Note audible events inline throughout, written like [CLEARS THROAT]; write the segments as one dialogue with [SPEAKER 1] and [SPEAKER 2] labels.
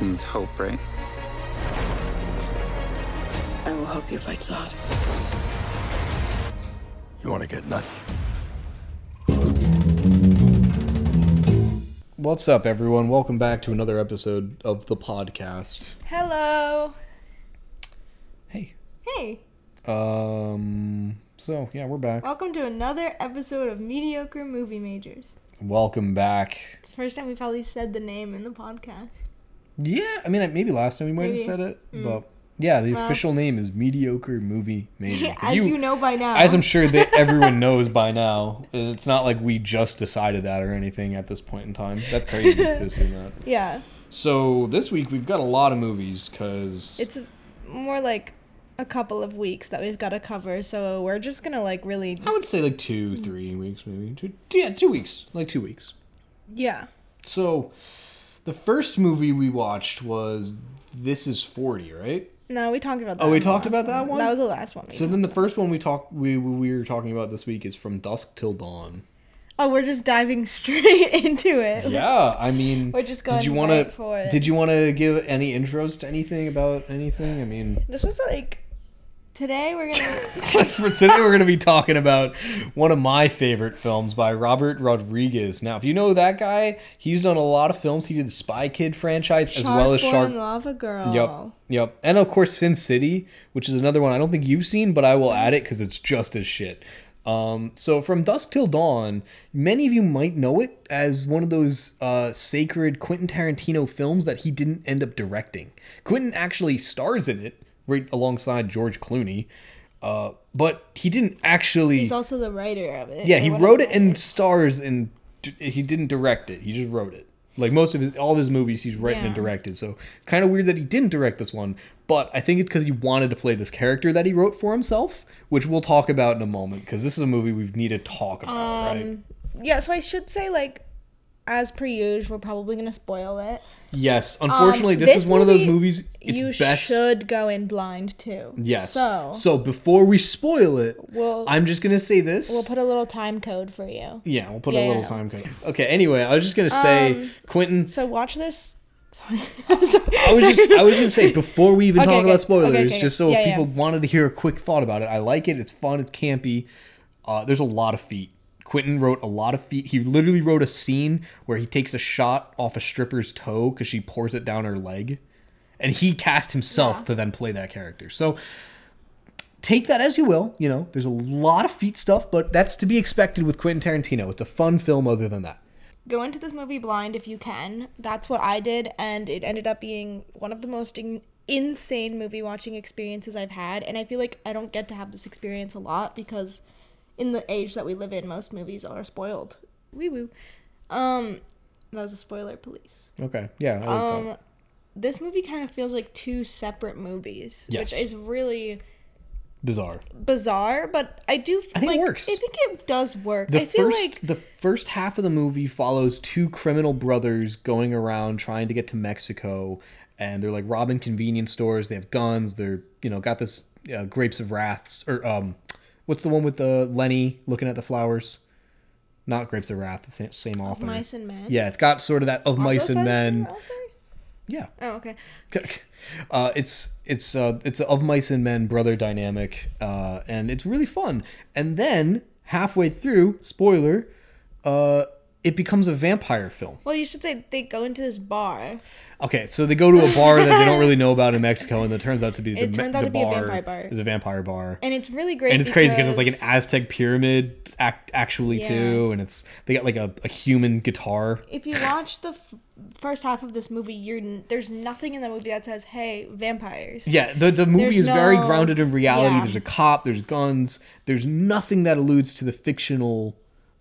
[SPEAKER 1] means hope, right?
[SPEAKER 2] I will help you fight Zod.
[SPEAKER 3] You want to get nuts?
[SPEAKER 4] What's up, everyone? Welcome back to another episode of the podcast.
[SPEAKER 5] Hello.
[SPEAKER 4] Hey.
[SPEAKER 5] Hey.
[SPEAKER 4] Um. So yeah, we're back.
[SPEAKER 5] Welcome to another episode of Mediocre Movie Majors.
[SPEAKER 4] Welcome back.
[SPEAKER 5] It's the first time we probably said the name in
[SPEAKER 4] [LAUGHS]
[SPEAKER 5] the podcast.
[SPEAKER 4] Yeah, I mean, maybe last time we might have
[SPEAKER 5] Maybe. Mm.
[SPEAKER 4] said it, but yeah, the
[SPEAKER 5] Well.
[SPEAKER 4] official name is mediocre movie major.
[SPEAKER 5] [LAUGHS] As you, know by now.
[SPEAKER 4] as I'm sure that everyone knows by now, and it's not like we just decided that or anything at this point in time. That's crazy
[SPEAKER 5] [LAUGHS]
[SPEAKER 4] to assume that.
[SPEAKER 5] yeah.
[SPEAKER 4] So this week we've got a lot of movies because
[SPEAKER 5] It's more like a couple of weeks that we've got to cover, so we're just going to like really
[SPEAKER 4] I would say like two,
[SPEAKER 5] Mm.
[SPEAKER 4] three weeks, maybe two. Yeah, two weeks, like two weeks.
[SPEAKER 5] Yeah.
[SPEAKER 4] So, the first movie we watched was This Is Forty, right?
[SPEAKER 5] No, we talked about that.
[SPEAKER 4] Oh, we
[SPEAKER 5] in the
[SPEAKER 4] talked
[SPEAKER 5] last
[SPEAKER 4] about that one?
[SPEAKER 5] That was the last one. we
[SPEAKER 4] So
[SPEAKER 5] did.
[SPEAKER 4] then the first one we talked we we were talking about this week is From Dusk Till Dawn.
[SPEAKER 5] oh, we're just diving [LAUGHS] straight into it.
[SPEAKER 4] Yeah, I mean,
[SPEAKER 5] We're just
[SPEAKER 4] did
[SPEAKER 5] going
[SPEAKER 4] you wanna-
[SPEAKER 5] right for it.
[SPEAKER 4] Did you want to give any intros to anything about anything? I mean, [LAUGHS]
[SPEAKER 5] This was like today we're going to
[SPEAKER 4] for today we're going to be talking about one of my favorite films by Robert Rodriguez. Now, if you know that guy, he's done a lot of films. He did the Spy Kid franchise as well as Shark
[SPEAKER 5] Lava Girl.
[SPEAKER 4] Yep. Yep. And of course, Sin City, which is another one I don't think you've seen, but I will add it because it's just as shit. Um, so from Dusk Till Dawn, many of you might know it as one of those uh, sacred Quentin Tarantino films that he didn't end up directing. Quentin actually stars in it right alongside George Clooney, uh, but he didn't actually.
[SPEAKER 5] He's also the writer of it.
[SPEAKER 4] Yeah,
[SPEAKER 5] or
[SPEAKER 4] he
[SPEAKER 5] whatever.
[SPEAKER 4] wrote it and stars, and d- he didn't direct it. He just wrote it. Like most of his, all of his movies, he's written and
[SPEAKER 5] Yeah.
[SPEAKER 4] directed. So kind of weird that he didn't direct this one. But I think it's because he wanted to play this character that he wrote for himself, which we'll talk about in a moment. Because this is a movie we need to talk about,
[SPEAKER 5] Um,
[SPEAKER 4] right?
[SPEAKER 5] Yeah, so I should say like as per usual, we're probably gonna spoil it. Um,
[SPEAKER 4] Yes. Unfortunately, this,
[SPEAKER 5] this
[SPEAKER 4] is one of those
[SPEAKER 5] movie,
[SPEAKER 4] movies. It's
[SPEAKER 5] you
[SPEAKER 4] best.
[SPEAKER 5] should go in blind too.
[SPEAKER 4] yes.
[SPEAKER 5] So,
[SPEAKER 4] before we spoil it,
[SPEAKER 5] We'll-
[SPEAKER 4] I'm just gonna say this.
[SPEAKER 5] we'll put a little time code for you.
[SPEAKER 4] yeah, we'll put a
[SPEAKER 5] Yeah,
[SPEAKER 4] little
[SPEAKER 5] yeah.
[SPEAKER 4] time
[SPEAKER 5] Um,
[SPEAKER 4] code. Okay. Anyway, I was just gonna say, Quentin.
[SPEAKER 5] So watch this. [LAUGHS] Sorry.
[SPEAKER 4] I was just I was gonna
[SPEAKER 5] [LAUGHS]
[SPEAKER 4] say before we even
[SPEAKER 5] Okay,
[SPEAKER 4] talk
[SPEAKER 5] okay.
[SPEAKER 4] about spoilers,
[SPEAKER 5] Okay, okay,
[SPEAKER 4] just so
[SPEAKER 5] yeah,
[SPEAKER 4] if
[SPEAKER 5] yeah.
[SPEAKER 4] people wanted to hear a quick thought about it, I like it. It's fun. It's campy. Uh, there's a lot of feet. Quentin wrote a lot of feet. He literally wrote a scene where he takes a shot off a stripper's toe because she pours it down her leg, and he cast himself to then play that character. So take that as you will. You know, there's a lot of feet stuff, but that's to be expected with Quentin Tarantino. It's a fun film. Other than that,
[SPEAKER 5] go into this movie blind if you can. That's what I did, and it ended up being one of the most in- insane movie watching experiences I've had. And I feel like I don't get to have this experience a lot because, in the age that we live in, most movies are spoiled. Wee woo. Um, that was a spoiler, police.
[SPEAKER 4] okay, yeah, I like that.
[SPEAKER 5] This movie kind of feels like two separate movies,
[SPEAKER 4] Yes.
[SPEAKER 5] which is really
[SPEAKER 4] bizarre.
[SPEAKER 5] bizarre. But I do. Feel
[SPEAKER 4] think it
[SPEAKER 5] like,
[SPEAKER 4] works.
[SPEAKER 5] I think it does work.
[SPEAKER 4] The
[SPEAKER 5] I feel
[SPEAKER 4] first
[SPEAKER 5] like
[SPEAKER 4] the first half of the movie follows two criminal brothers going around trying to get to Mexico, and they're like robbing convenience stores. They have guns. They're you know got this uh, grapes of wraths or um, what's the one with the Lenny looking at the flowers? Not grapes of wrath. the sa- Same author.
[SPEAKER 5] mice and men.
[SPEAKER 4] Yeah, it's got sort of that of
[SPEAKER 5] Those
[SPEAKER 4] mice and
[SPEAKER 5] guys are
[SPEAKER 4] men.
[SPEAKER 5] out there?
[SPEAKER 4] Yeah.
[SPEAKER 5] Oh, okay.
[SPEAKER 4] [LAUGHS] Uh, it's it's uh, it's a of mice and men brother dynamic, uh, and it's really fun. And then halfway through, spoiler, uh, it becomes a vampire film.
[SPEAKER 5] Well, you should say they go into this bar.
[SPEAKER 4] Okay, so they go to a bar that they don't really know about in Mexico, and it turns out to be the,
[SPEAKER 5] [LAUGHS] It
[SPEAKER 4] ma-
[SPEAKER 5] turns out
[SPEAKER 4] the
[SPEAKER 5] to be a
[SPEAKER 4] bar,
[SPEAKER 5] vampire bar.
[SPEAKER 4] is a vampire bar.
[SPEAKER 5] And it's really great.
[SPEAKER 4] And it's crazy because it's like an Aztec pyramid, act actually too, and it's they got like a, a human guitar.
[SPEAKER 5] If you watch the f- first half of this movie, you're n- there's nothing in the movie that says, "Hey, vampires."
[SPEAKER 4] Yeah, the, the movie
[SPEAKER 5] There's
[SPEAKER 4] is very
[SPEAKER 5] no-
[SPEAKER 4] grounded in reality.
[SPEAKER 5] yeah.
[SPEAKER 4] There's a cop, there's guns, there's nothing that alludes to the fictional,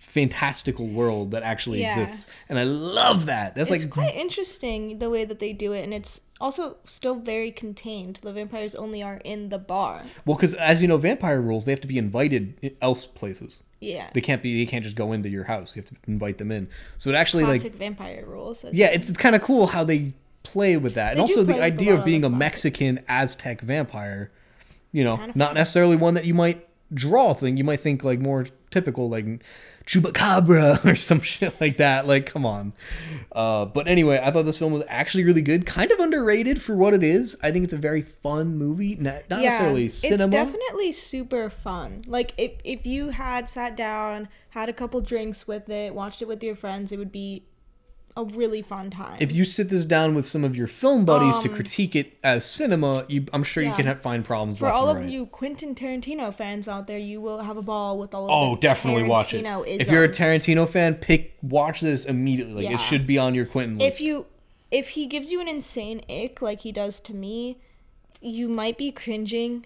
[SPEAKER 4] fantastical world that actually
[SPEAKER 5] Yeah.
[SPEAKER 4] exists. And I love that. That's
[SPEAKER 5] It's
[SPEAKER 4] like,
[SPEAKER 5] quite interesting the way that they do it, and it's also still very contained. The vampires only are in the bar.
[SPEAKER 4] well, because as you know, vampire rules, they have to be invited i- else places.
[SPEAKER 5] Yeah.
[SPEAKER 4] They can't be, they can't just go into your house. You have to invite them in. So it actually,
[SPEAKER 5] Classic
[SPEAKER 4] like,
[SPEAKER 5] vampire rules. as-
[SPEAKER 4] yeah, it's, it's kind of cool how they play with that. And
[SPEAKER 5] They do
[SPEAKER 4] also
[SPEAKER 5] play
[SPEAKER 4] the
[SPEAKER 5] with a
[SPEAKER 4] idea
[SPEAKER 5] lot
[SPEAKER 4] of
[SPEAKER 5] of
[SPEAKER 4] being
[SPEAKER 5] the
[SPEAKER 4] a
[SPEAKER 5] classics.
[SPEAKER 4] Mexican Aztec vampire, you know, not necessarily one that you might draw thing, you might think like more typical like Chupacabra [LAUGHS] or some shit like that. Like, come on. Uh, but anyway, I thought this film was actually really good, kind of underrated for what it is. I think it's a very fun movie, not, not necessarily cinema.
[SPEAKER 5] It's definitely super fun. Like if if you had sat down, had a couple drinks with it, watched it with your friends, it would be a really fun time.
[SPEAKER 4] if you sit this down with some of your film buddies to critique it as cinema, you, I'm sure you
[SPEAKER 5] Um, yeah.
[SPEAKER 4] can have, find problems
[SPEAKER 5] for
[SPEAKER 4] left
[SPEAKER 5] all
[SPEAKER 4] and
[SPEAKER 5] of
[SPEAKER 4] right.
[SPEAKER 5] you Quentin Tarantino fans out there, you will have a ball with all of
[SPEAKER 4] Oh,
[SPEAKER 5] the
[SPEAKER 4] definitely watch it.
[SPEAKER 5] Tarantino-isms.
[SPEAKER 4] If you're a Tarantino fan, pick watch this immediately. Like
[SPEAKER 5] Yeah.
[SPEAKER 4] it should be on your Quentin list.
[SPEAKER 5] if you if he gives you an insane ick like he does to me, you might be cringing,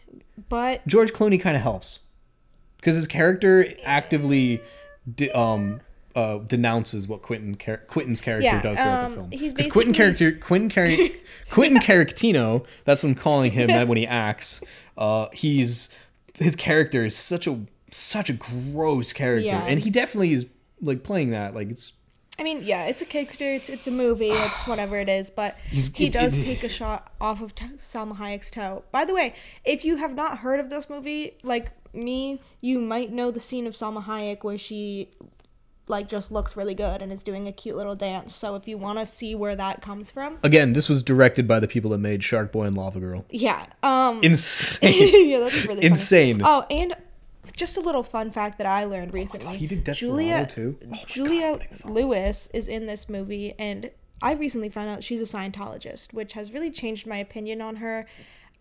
[SPEAKER 5] but
[SPEAKER 4] George Clooney kind of helps because his character actively de- um uh, denounces what Quentin char- Quentin's character
[SPEAKER 5] Yeah,
[SPEAKER 4] does throughout
[SPEAKER 5] um,
[SPEAKER 4] the film.
[SPEAKER 5] he's
[SPEAKER 4] Because Quentin
[SPEAKER 5] basically-
[SPEAKER 4] character Quentin Car-
[SPEAKER 5] [LAUGHS]
[SPEAKER 4] Quentin Tarantino, that's what I'm calling him that when he acts. Uh, he's his character is such a such a gross character,
[SPEAKER 5] Yeah.
[SPEAKER 4] and he definitely is like playing that. Like it's
[SPEAKER 5] I mean, yeah, it's a character. It's it's a movie. It's whatever it is. But he
[SPEAKER 4] it-
[SPEAKER 5] does
[SPEAKER 4] it-
[SPEAKER 5] take a shot off of t- Salma Hayek's toe. By the way, if you have not heard of this movie, like me, you might know the scene of Salma Hayek where she like just looks really good and is doing a cute little dance. So if you want to see where that comes from,
[SPEAKER 4] again, this was directed by the people that made Shark Boy and Lava Girl.
[SPEAKER 5] yeah, um,
[SPEAKER 4] [LAUGHS] Insane.
[SPEAKER 5] yeah, that's really funny.
[SPEAKER 4] Insane. Oh
[SPEAKER 5] Oh, and just a little fun fact that I learned recently.
[SPEAKER 4] he did Desperado,
[SPEAKER 5] Julia,
[SPEAKER 4] too. Oh my
[SPEAKER 5] Julia Lewis is in this movie, and I recently found out she's a Scientologist, which has really changed my opinion on her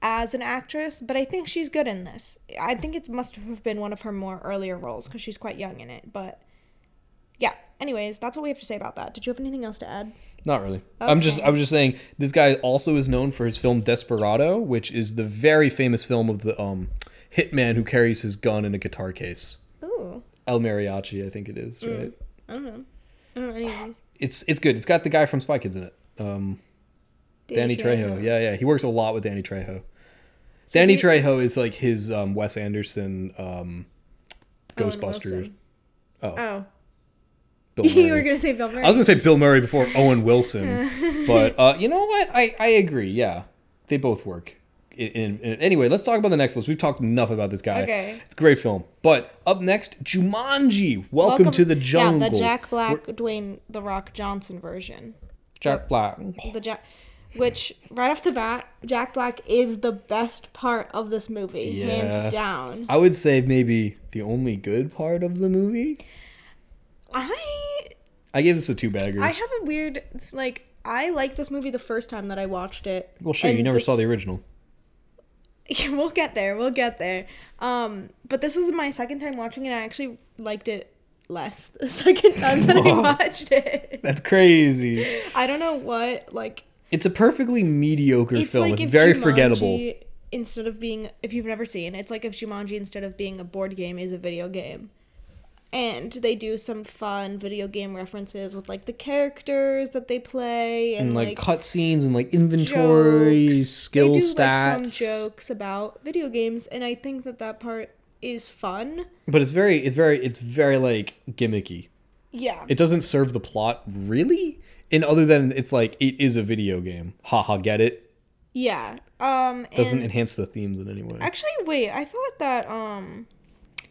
[SPEAKER 5] as an actress. But I think she's good in this. I think it must have been one of her more earlier roles because she's quite young in it. But yeah. Anyways, that's what we have to say about that. Did you have anything else to add?
[SPEAKER 4] Not really. I'm just I was just saying this guy also is known for his film Desperado, which is the very famous film of the um hitman who carries his gun in a guitar case.
[SPEAKER 5] Ooh,
[SPEAKER 4] El Mariachi, I think it is,
[SPEAKER 5] Mm.
[SPEAKER 4] right?
[SPEAKER 5] I don't know any of these.
[SPEAKER 4] It's it's good. It's got the guy from Spy Kids in it. Um Danny, Trejo. Yeah, yeah. He works a lot with Danny Trejo. Danny
[SPEAKER 5] he-
[SPEAKER 4] Trejo is like his um Wes Anderson um
[SPEAKER 5] Owen
[SPEAKER 4] Ghostbusters.
[SPEAKER 5] Wilson. Oh,
[SPEAKER 4] Bill
[SPEAKER 5] [LAUGHS] you were
[SPEAKER 4] Murray.
[SPEAKER 5] gonna say Bill Murray.
[SPEAKER 4] I was gonna say Bill Murray before Owen
[SPEAKER 5] [LAUGHS]
[SPEAKER 4] Wilson, but uh, you know what? I, I agree. Yeah, they both work. In, in, in- anyway, let's talk about the next list. We've talked enough about this guy.
[SPEAKER 5] Okay.
[SPEAKER 4] it's a great film. But up next, Jumanji. Welcome, to the jungle.
[SPEAKER 5] Yeah, the Jack Black, Dwayne the Rock Johnson version.
[SPEAKER 4] Jack Black.
[SPEAKER 5] The Jack, which right off the bat, Jack Black is the best part of this movie,
[SPEAKER 4] Yeah.
[SPEAKER 5] hands down.
[SPEAKER 4] I would say maybe the only good part of the movie.
[SPEAKER 5] I
[SPEAKER 4] I gave this a two bagger.
[SPEAKER 5] I have a weird like I liked this movie the first time that I watched it.
[SPEAKER 4] Well, sure, you
[SPEAKER 5] and
[SPEAKER 4] never
[SPEAKER 5] this- [LAUGHS]
[SPEAKER 4] saw the original.
[SPEAKER 5] we'll get there. We'll get there. Um, but this was my second time watching it. I actually liked it less the [LAUGHS] second time that I
[SPEAKER 4] Whoa.
[SPEAKER 5] watched it.
[SPEAKER 4] That's crazy.
[SPEAKER 5] I don't know what like
[SPEAKER 4] It's a perfectly mediocre film. it's
[SPEAKER 5] if
[SPEAKER 4] very
[SPEAKER 5] Jumanji,
[SPEAKER 4] forgettable.
[SPEAKER 5] Instead of being, if you've never seen, it's like if Jumanji instead of being a board game is a video game, and they do some fun video game references with like the characters that they play and,
[SPEAKER 4] And like,
[SPEAKER 5] like,
[SPEAKER 4] cutscenes and like inventory,
[SPEAKER 5] jokes.
[SPEAKER 4] skill
[SPEAKER 5] they do,
[SPEAKER 4] stats.
[SPEAKER 5] Like, some jokes about video games, and I think that that part is fun.
[SPEAKER 4] But it's very, it's very, it's very like gimmicky.
[SPEAKER 5] Yeah,
[SPEAKER 4] It doesn't serve the plot really. In other than it's like it is a video game. Haha, get it?
[SPEAKER 5] yeah. Um,
[SPEAKER 4] Doesn't
[SPEAKER 5] and
[SPEAKER 4] enhance the themes in any way.
[SPEAKER 5] actually, wait, I thought that um,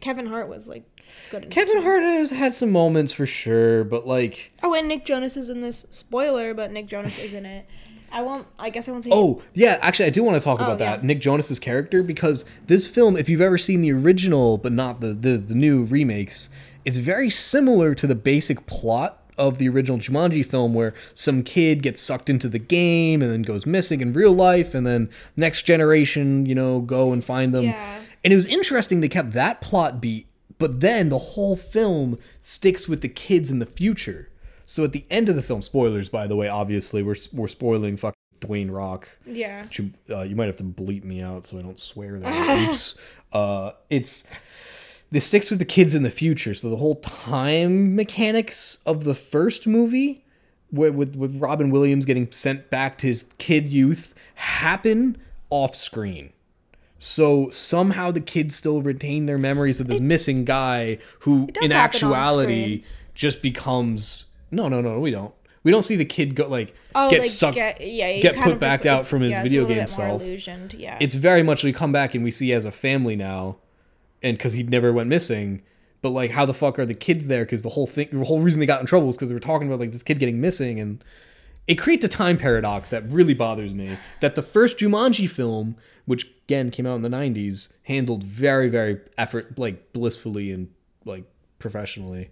[SPEAKER 5] Kevin Hart was like good. in it.
[SPEAKER 4] Kevin Hart has had some moments for sure, but like,
[SPEAKER 5] Oh, and Nick Jonas is in this. Spoiler, but Nick Jonas is in it. I won't. I guess I won't say.
[SPEAKER 4] oh yeah, actually, I do want to talk about that
[SPEAKER 5] Oh, yeah.
[SPEAKER 4] Nick Jonas's character because this film, if you've ever seen the original but not the the, the new remakes, it's very similar to the basic plot. Of the original Jumanji film, where some kid gets sucked into the game and then goes missing in real life, and then next generation, you know, go and find them.
[SPEAKER 5] Yeah.
[SPEAKER 4] And it was interesting they kept that plot beat, but then the whole film sticks with the kids in the future. So at the end of the film, spoilers by the way, obviously we're we're spoiling fucking Dwayne Rock.
[SPEAKER 5] Yeah.
[SPEAKER 4] Which you- uh, you might have to bleep me out so I don't swear
[SPEAKER 5] [LAUGHS]
[SPEAKER 4] that. Oops. Uh, it's this sticks with the kids in the future. So the whole time mechanics of the first movie, with with, with Robin Williams getting sent back to his kid youth, happen off screen. So somehow the kids still retain their memories of this missing guy who,
[SPEAKER 5] does
[SPEAKER 4] in
[SPEAKER 5] happen on
[SPEAKER 4] actuality,
[SPEAKER 5] screen.
[SPEAKER 4] just becomes no, no, no. We don't. We don't see the kid go like
[SPEAKER 5] Oh,
[SPEAKER 4] get
[SPEAKER 5] like,
[SPEAKER 4] sucked,
[SPEAKER 5] get- yeah, you
[SPEAKER 4] get
[SPEAKER 5] kind
[SPEAKER 4] put
[SPEAKER 5] of
[SPEAKER 4] back
[SPEAKER 5] just-
[SPEAKER 4] out
[SPEAKER 5] it's-
[SPEAKER 4] from his
[SPEAKER 5] yeah, it's a
[SPEAKER 4] video
[SPEAKER 5] little
[SPEAKER 4] game
[SPEAKER 5] bit more
[SPEAKER 4] self
[SPEAKER 5] illusioned, yeah.
[SPEAKER 4] it's very much we come back and we see as a family now and because he never went missing. But like, how the fuck are the kids there? Because the whole thing, the whole reason they got in trouble is because they were talking about like this kid getting missing, and it creates a time paradox that really bothers me. That the first Jumanji film, which again came out in the '90s, handled very, very effort like blissfully and like professionally,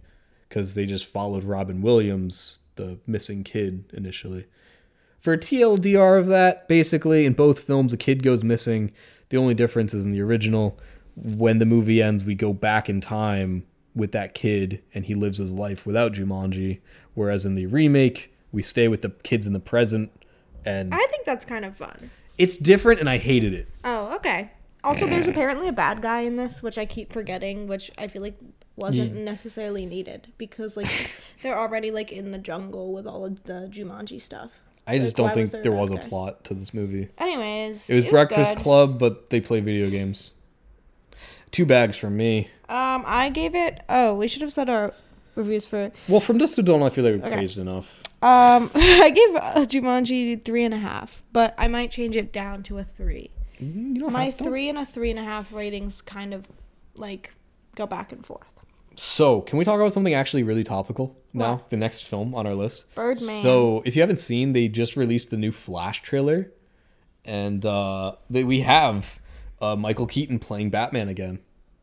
[SPEAKER 4] because they just followed Robin Williams, the missing kid, initially for a TLDR of that, basically, in both films, a kid goes missing. The only difference is in the original, when the movie ends, we go back in time with that kid and he lives his life without Jumanji. Whereas in the remake, we stay with the kids in the present and
[SPEAKER 5] I think that's kind of fun.
[SPEAKER 4] it's different and I hated it.
[SPEAKER 5] Oh, okay. Also, there's apparently a bad guy in this, which I keep forgetting, which I feel like wasn't necessarily needed because like
[SPEAKER 4] [LAUGHS]
[SPEAKER 5] they're already like in the jungle with all of the Jumanji stuff.
[SPEAKER 4] I just
[SPEAKER 5] Like,
[SPEAKER 4] don't
[SPEAKER 5] why
[SPEAKER 4] think
[SPEAKER 5] was
[SPEAKER 4] there,
[SPEAKER 5] there
[SPEAKER 4] was a
[SPEAKER 5] another guy?
[SPEAKER 4] plot to this movie.
[SPEAKER 5] Anyways,
[SPEAKER 4] It was Breakfast
[SPEAKER 5] good.
[SPEAKER 4] Club, but they play video games. Two bags from me.
[SPEAKER 5] Um, I gave it. Oh, we should have said our reviews for.
[SPEAKER 4] Well, from Dust to Dawn, I feel they were
[SPEAKER 5] Okay.
[SPEAKER 4] praised enough.
[SPEAKER 5] Um, [LAUGHS] I gave uh, Jumanji three and a half, but I might change it down to a three.
[SPEAKER 4] You don't
[SPEAKER 5] My
[SPEAKER 4] have to.
[SPEAKER 5] three and a three and a half ratings kind of like go back and forth.
[SPEAKER 4] So, can we talk about something actually really topical now?
[SPEAKER 5] What?
[SPEAKER 4] The next film on our list.
[SPEAKER 5] Birdman.
[SPEAKER 4] So, if you haven't seen, they just released the new Flash trailer, and uh, that we have uh, Michael Keaton playing Batman again.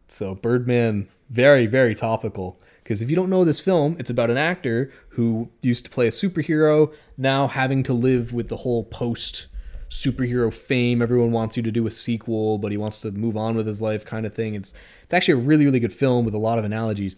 [SPEAKER 4] So, Birdman, very very topical. Because if you don't know this film, it's about an actor who used to play a superhero, now having to live with the whole post superhero fame. Everyone wants you to do a sequel, but he wants to move on with his life, kind of thing. It's it's actually a really really good film with a lot of analogies.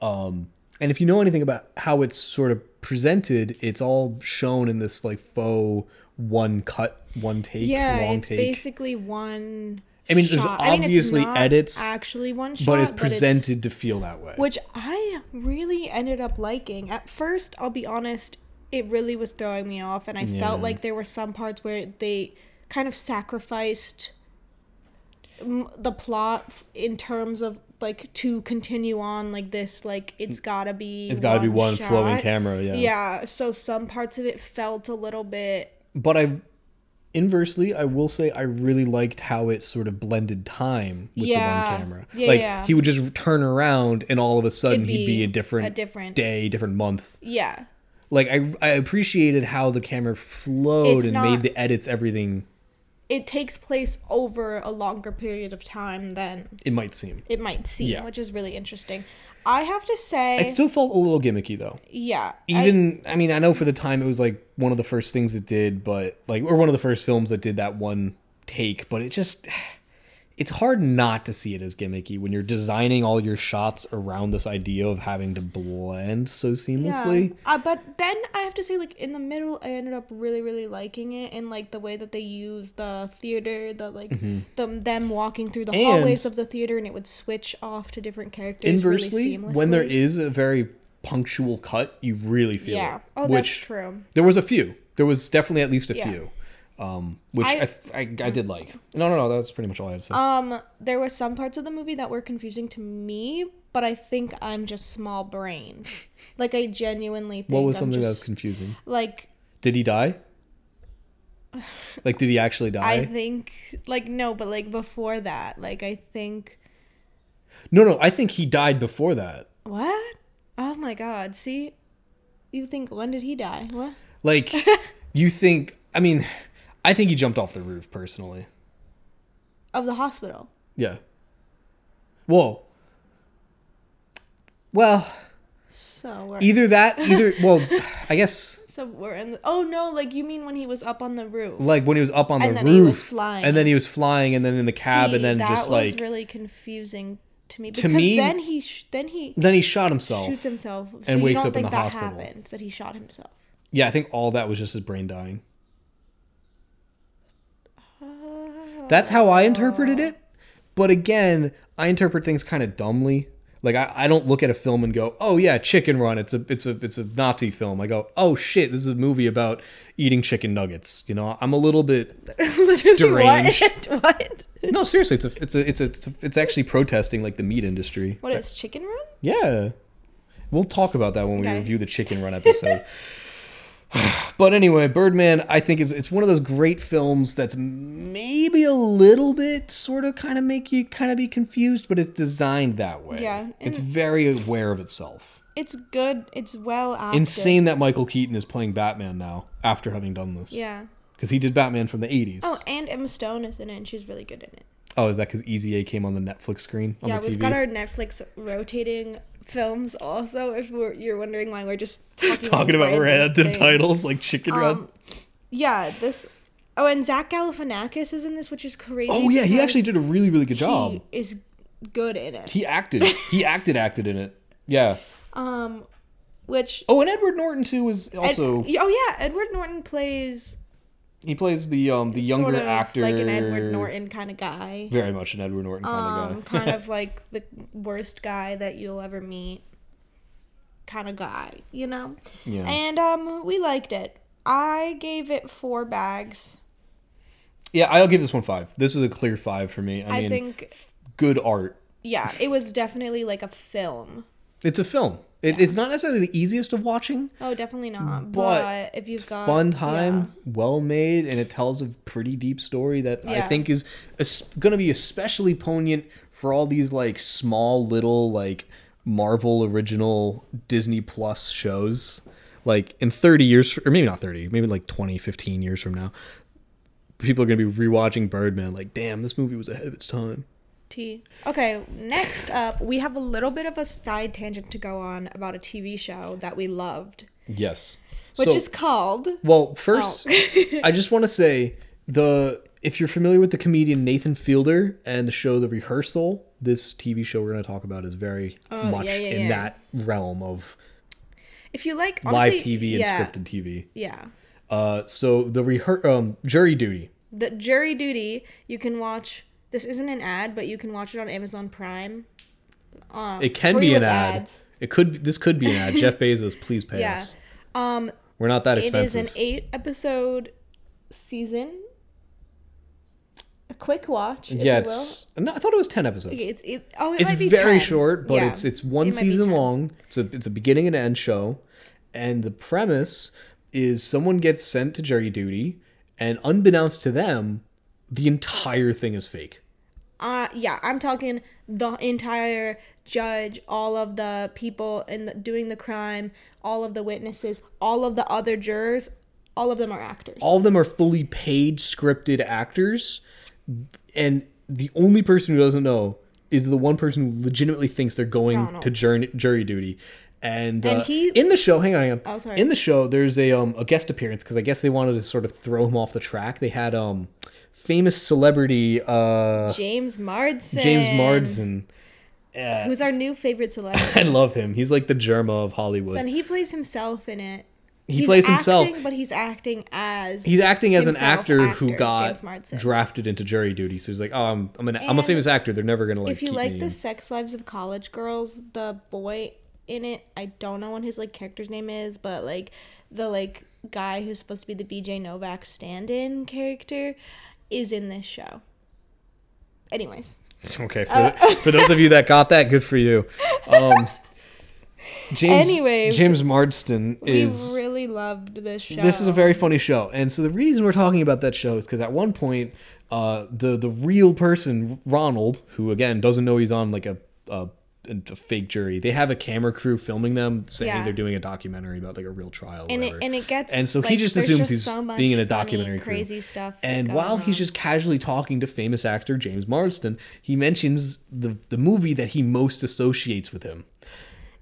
[SPEAKER 4] Um, and if you know anything about how it's sort of presented, it's all shown in this like faux one cut, one take,
[SPEAKER 5] Yeah,
[SPEAKER 4] long
[SPEAKER 5] it's
[SPEAKER 4] take.
[SPEAKER 5] basically one.
[SPEAKER 4] I mean, there's
[SPEAKER 5] shot.
[SPEAKER 4] obviously
[SPEAKER 5] I mean, it's not
[SPEAKER 4] edits,
[SPEAKER 5] actually one shot,
[SPEAKER 4] but it's presented to feel that way.
[SPEAKER 5] which I really ended up liking. At first, I'll be honest, it really was throwing me off, and I felt
[SPEAKER 4] Yeah.
[SPEAKER 5] like there were some parts where they kind of sacrificed m- the plot f- in terms of like to continue on like this like it's gotta be
[SPEAKER 4] Mm, it's got to be one flowing
[SPEAKER 5] shot.
[SPEAKER 4] camera, yeah.
[SPEAKER 5] yeah so some parts of it felt a little bit
[SPEAKER 4] But I, inversely, I will say I really liked how it sort of blended time with the
[SPEAKER 5] Yeah.
[SPEAKER 4] one camera.
[SPEAKER 5] Yeah,
[SPEAKER 4] like
[SPEAKER 5] yeah.
[SPEAKER 4] he would just turn around, and all of a sudden
[SPEAKER 5] It'd
[SPEAKER 4] he'd
[SPEAKER 5] be
[SPEAKER 4] be a
[SPEAKER 5] a
[SPEAKER 4] different,
[SPEAKER 5] different-
[SPEAKER 4] day, different month.
[SPEAKER 5] yeah
[SPEAKER 4] like I I appreciated how the camera flowed
[SPEAKER 5] It's
[SPEAKER 4] and
[SPEAKER 5] not-
[SPEAKER 4] made the edits everything
[SPEAKER 5] it takes place over a longer period of time than
[SPEAKER 4] it might seem.
[SPEAKER 5] it might seem,
[SPEAKER 4] Yeah.
[SPEAKER 5] which is really interesting. I have to say,
[SPEAKER 4] It still felt a little gimmicky though.
[SPEAKER 5] yeah, I,
[SPEAKER 4] Even I, mean I know for the time it was like one of the first things it did, but like or one of the first films that did that one take, but it just [SIGHS] it's hard not to see it as gimmicky when you're designing all your shots around this idea of having to blend so seamlessly.
[SPEAKER 5] yeah. Uh, but then I have to say, like in the middle, I ended up really, really liking it, and like the way that they use the theater, the like them them walking through the hallways
[SPEAKER 4] Mm-hmm. And-
[SPEAKER 5] of the theater, and it would switch off to different characters.
[SPEAKER 4] Inversely,
[SPEAKER 5] really
[SPEAKER 4] when there
[SPEAKER 5] seamlessly.
[SPEAKER 4] is a very punctual cut, you really feel
[SPEAKER 5] yeah,
[SPEAKER 4] it.
[SPEAKER 5] oh,
[SPEAKER 4] which
[SPEAKER 5] that's true.
[SPEAKER 4] There was a few. There was definitely at least a
[SPEAKER 5] Yeah.
[SPEAKER 4] few, um, which I,
[SPEAKER 5] I-
[SPEAKER 4] I, I did like. No, no, no. That's pretty much all I had to say.
[SPEAKER 5] Um, there were some parts of the movie that were confusing to me, but I think I'm just small brained. like I genuinely think
[SPEAKER 4] what was
[SPEAKER 5] I'm
[SPEAKER 4] something that was
[SPEAKER 5] just,
[SPEAKER 4] confusing?
[SPEAKER 5] like
[SPEAKER 4] Did he
[SPEAKER 5] [LAUGHS]
[SPEAKER 4] die? like, did he actually die?
[SPEAKER 5] I think like no, but like before that, like I think
[SPEAKER 4] no, no. I think he died before that.
[SPEAKER 5] what? Oh my god, see? You think when did he die? What?
[SPEAKER 4] Like,
[SPEAKER 5] [LAUGHS]
[SPEAKER 4] you think? I mean, I think he jumped off the roof personally.
[SPEAKER 5] Of the hospital.
[SPEAKER 4] Yeah. Whoa. Well,
[SPEAKER 5] So we're
[SPEAKER 4] either
[SPEAKER 5] [LAUGHS]
[SPEAKER 4] that, either well, I guess
[SPEAKER 5] so we're in the, Oh no, like you mean when he was up on the roof.
[SPEAKER 4] like when he was up on
[SPEAKER 5] And
[SPEAKER 4] the
[SPEAKER 5] then
[SPEAKER 4] roof,
[SPEAKER 5] he was flying.
[SPEAKER 4] and then he was flying, and then in the cab,
[SPEAKER 5] See,
[SPEAKER 4] and then
[SPEAKER 5] that
[SPEAKER 4] just
[SPEAKER 5] was
[SPEAKER 4] like
[SPEAKER 5] really confusing to me because
[SPEAKER 4] To me-
[SPEAKER 5] then he sh- then he
[SPEAKER 4] then he shot himself.
[SPEAKER 5] shoots himself so
[SPEAKER 4] and
[SPEAKER 5] you
[SPEAKER 4] wakes
[SPEAKER 5] don't
[SPEAKER 4] up in
[SPEAKER 5] think
[SPEAKER 4] the
[SPEAKER 5] that
[SPEAKER 4] hospital.
[SPEAKER 5] happened that he shot himself [LAUGHS]
[SPEAKER 4] Yeah, I think all that was just his brain dying. That's how I interpreted it. But again, I interpret things kind of dumbly. Like I, I don't look at a film and go, "Oh yeah, Chicken Run. It's a it's a it's a Nazi film." I go, "Oh shit, this is a movie about eating chicken nuggets." You know, I'm a little bit
[SPEAKER 5] literally
[SPEAKER 4] Deranged.
[SPEAKER 5] what [LAUGHS] what
[SPEAKER 4] no seriously. It's a it's a it's a it's, a, it's actually protesting like the meat industry.
[SPEAKER 5] what
[SPEAKER 4] It's
[SPEAKER 5] is chicken run
[SPEAKER 4] a- yeah, we'll talk about that when we
[SPEAKER 5] Okay. [LAUGHS]
[SPEAKER 4] review the Chicken Run episode. But anyway, Birdman, I think is it's one of those great films that's maybe a little bit sort of kind of make you kind of be confused, but it's designed that way.
[SPEAKER 5] Yeah,
[SPEAKER 4] it's very aware of itself.
[SPEAKER 5] It's good. It's well acted.
[SPEAKER 4] Insane that Michael Keaton is playing Batman now after having done this.
[SPEAKER 5] Yeah.
[SPEAKER 4] because he did Batman from the '80s.
[SPEAKER 5] Oh, and Emma Stone is in it, and she's really good in it.
[SPEAKER 4] Oh, is that because Easy A came on the Netflix screen on
[SPEAKER 5] yeah,
[SPEAKER 4] the TV?
[SPEAKER 5] we've got our Netflix rotating films also. If we're, you're wondering why we're just talking,
[SPEAKER 4] [LAUGHS] Talking about random
[SPEAKER 5] things.
[SPEAKER 4] titles like Chicken Run.
[SPEAKER 5] Um, yeah, this. Oh, and Zach Galifianakis is in this, which is crazy.
[SPEAKER 4] Oh yeah, he
[SPEAKER 5] because
[SPEAKER 4] actually did a really really good
[SPEAKER 5] he
[SPEAKER 4] job.
[SPEAKER 5] is good in it.
[SPEAKER 4] He acted.
[SPEAKER 5] [LAUGHS]
[SPEAKER 4] He acted acted in it. Yeah.
[SPEAKER 5] Um, which
[SPEAKER 4] Oh, and Edward Norton too was
[SPEAKER 5] Ed-
[SPEAKER 4] also.
[SPEAKER 5] oh yeah, Edward Norton plays
[SPEAKER 4] He plays the um the younger
[SPEAKER 5] sort of
[SPEAKER 4] actor,
[SPEAKER 5] like an Edward Norton kind of guy.
[SPEAKER 4] very much an Edward Norton kind [LAUGHS]
[SPEAKER 5] um,
[SPEAKER 4] of guy.
[SPEAKER 5] kind of like the worst guy that you'll ever meet, kind of guy, you know.
[SPEAKER 4] Yeah.
[SPEAKER 5] And um, we liked it. I gave it four bags.
[SPEAKER 4] yeah, I'll give this one five. This is a clear five for me. I,
[SPEAKER 5] I
[SPEAKER 4] mean,
[SPEAKER 5] think,
[SPEAKER 4] good art.
[SPEAKER 5] yeah, it was definitely like a film.
[SPEAKER 4] It's a film. It, It's not necessarily the easiest of watching.
[SPEAKER 5] Oh, definitely not.
[SPEAKER 4] But
[SPEAKER 5] But, if you've
[SPEAKER 4] It's
[SPEAKER 5] got
[SPEAKER 4] fun time, well made, and it tells a pretty deep story that I
[SPEAKER 5] Yeah.
[SPEAKER 4] think is going to be especially poignant for all these like small little like Marvel original Disney Plus shows. Like in 30 years, or maybe not 30, maybe like 20, 15 years from now, people are going to be rewatching Birdman. Like, damn, this movie was ahead of its time.
[SPEAKER 5] Tea. Okay, next up, we have a little bit of a side tangent to go on about a TV show that we loved,
[SPEAKER 4] Yes.
[SPEAKER 5] which
[SPEAKER 4] So-
[SPEAKER 5] is called.
[SPEAKER 4] Well,
[SPEAKER 5] [LAUGHS]
[SPEAKER 4] first, I just want to say the if you're familiar with the comedian Nathan Fielder and the show The Rehearsal, this TV show we're going to talk about is very much
[SPEAKER 5] Oh, yeah, yeah,
[SPEAKER 4] in
[SPEAKER 5] yeah.
[SPEAKER 4] that realm of
[SPEAKER 5] If you like
[SPEAKER 4] live
[SPEAKER 5] honestly,
[SPEAKER 4] TV and
[SPEAKER 5] yeah,
[SPEAKER 4] scripted TV.
[SPEAKER 5] Yeah.
[SPEAKER 4] Uh, so the rehear um, jury duty.
[SPEAKER 5] The Jury Duty, you can watch. This isn't an ad, but you can watch it on Amazon Prime. Um,
[SPEAKER 4] It can be
[SPEAKER 5] free
[SPEAKER 4] an
[SPEAKER 5] with
[SPEAKER 4] ad.
[SPEAKER 5] ads.
[SPEAKER 4] It could this could be an
[SPEAKER 5] [LAUGHS]
[SPEAKER 4] ad. Jeff Bezos, please pay
[SPEAKER 5] Yeah.
[SPEAKER 4] us. We're not that
[SPEAKER 5] It is
[SPEAKER 4] expensive.
[SPEAKER 5] an eight episode season. A quick watch. If
[SPEAKER 4] yeah,
[SPEAKER 5] you will.
[SPEAKER 4] it's, no, I thought it was ten episodes.
[SPEAKER 5] It's it, oh, it
[SPEAKER 4] it's
[SPEAKER 5] might be
[SPEAKER 4] very
[SPEAKER 5] 10.
[SPEAKER 4] short, but
[SPEAKER 5] Yeah.
[SPEAKER 4] it's it's one
[SPEAKER 5] It might be
[SPEAKER 4] season
[SPEAKER 5] 10.
[SPEAKER 4] long. It's a it's a beginning and end show, and the premise is someone gets sent to jury duty, and unbeknownst to them, the entire thing is fake.
[SPEAKER 5] Uh, yeah, I'm talking the entire judge, all of the people in the, doing the crime, all of the witnesses, all of the other jurors, all of them are actors.
[SPEAKER 4] All of them are fully paid, scripted actors, and the only person who doesn't know is the one person who legitimately thinks they're going
[SPEAKER 5] Ronald.
[SPEAKER 4] to jury, jury duty. And,
[SPEAKER 5] And
[SPEAKER 4] uh,
[SPEAKER 5] he-
[SPEAKER 4] in the show, hang on, hang on.
[SPEAKER 5] Oh, sorry.
[SPEAKER 4] In the show, there's a um a guest appearance because I guess they wanted to sort of throw him off the track. They had um famous celebrity uh
[SPEAKER 5] James Marsden.
[SPEAKER 4] James Marsden.
[SPEAKER 5] who's our new
[SPEAKER 4] [COUGHS]
[SPEAKER 5] favorite celebrity,
[SPEAKER 4] I love him. He's like the Germa of Hollywood.
[SPEAKER 5] and he plays himself in it.
[SPEAKER 4] he plays himself.
[SPEAKER 5] acting, but he's acting as
[SPEAKER 4] He's acting as an
[SPEAKER 5] himself,
[SPEAKER 4] actor, who
[SPEAKER 5] actor,
[SPEAKER 4] got
[SPEAKER 5] James Marsden.
[SPEAKER 4] drafted into jury duty. So he's like, oh, I'm I'm, an, I'm a
[SPEAKER 5] And
[SPEAKER 4] famous actor. They're never gonna like.
[SPEAKER 5] if you
[SPEAKER 4] keep
[SPEAKER 5] like
[SPEAKER 4] me
[SPEAKER 5] the
[SPEAKER 4] in."
[SPEAKER 5] sex lives of college girls the boy in it i don't know what his like character's name is but like the like guy who's supposed to be the bj novak stand-in character is in this show anyways
[SPEAKER 4] Okay,
[SPEAKER 5] uh,
[SPEAKER 4] for, for those of you that got that, good for you.
[SPEAKER 5] [LAUGHS]
[SPEAKER 4] Um, James
[SPEAKER 5] Anyways,
[SPEAKER 4] James Marsden is
[SPEAKER 5] we really loved this show
[SPEAKER 4] this is a very funny show, and so the reason we're talking about that show is because at one point, uh, the the real person Ronald, who again doesn't know he's on like a a, a fake jury, they have a camera crew filming them saying
[SPEAKER 5] Yeah.
[SPEAKER 4] they're doing a documentary about like a real trial, or
[SPEAKER 5] and it,
[SPEAKER 4] whatever.
[SPEAKER 5] and it gets
[SPEAKER 4] And so he
[SPEAKER 5] like,
[SPEAKER 4] just
[SPEAKER 5] there's
[SPEAKER 4] assumes he's
[SPEAKER 5] much
[SPEAKER 4] being in a
[SPEAKER 5] funny,
[SPEAKER 4] documentary crew.
[SPEAKER 5] crazy stuff
[SPEAKER 4] And
[SPEAKER 5] going
[SPEAKER 4] while he's
[SPEAKER 5] on.
[SPEAKER 4] just casually talking to famous actor James Marsden, he mentions the, the movie that he most associates with him.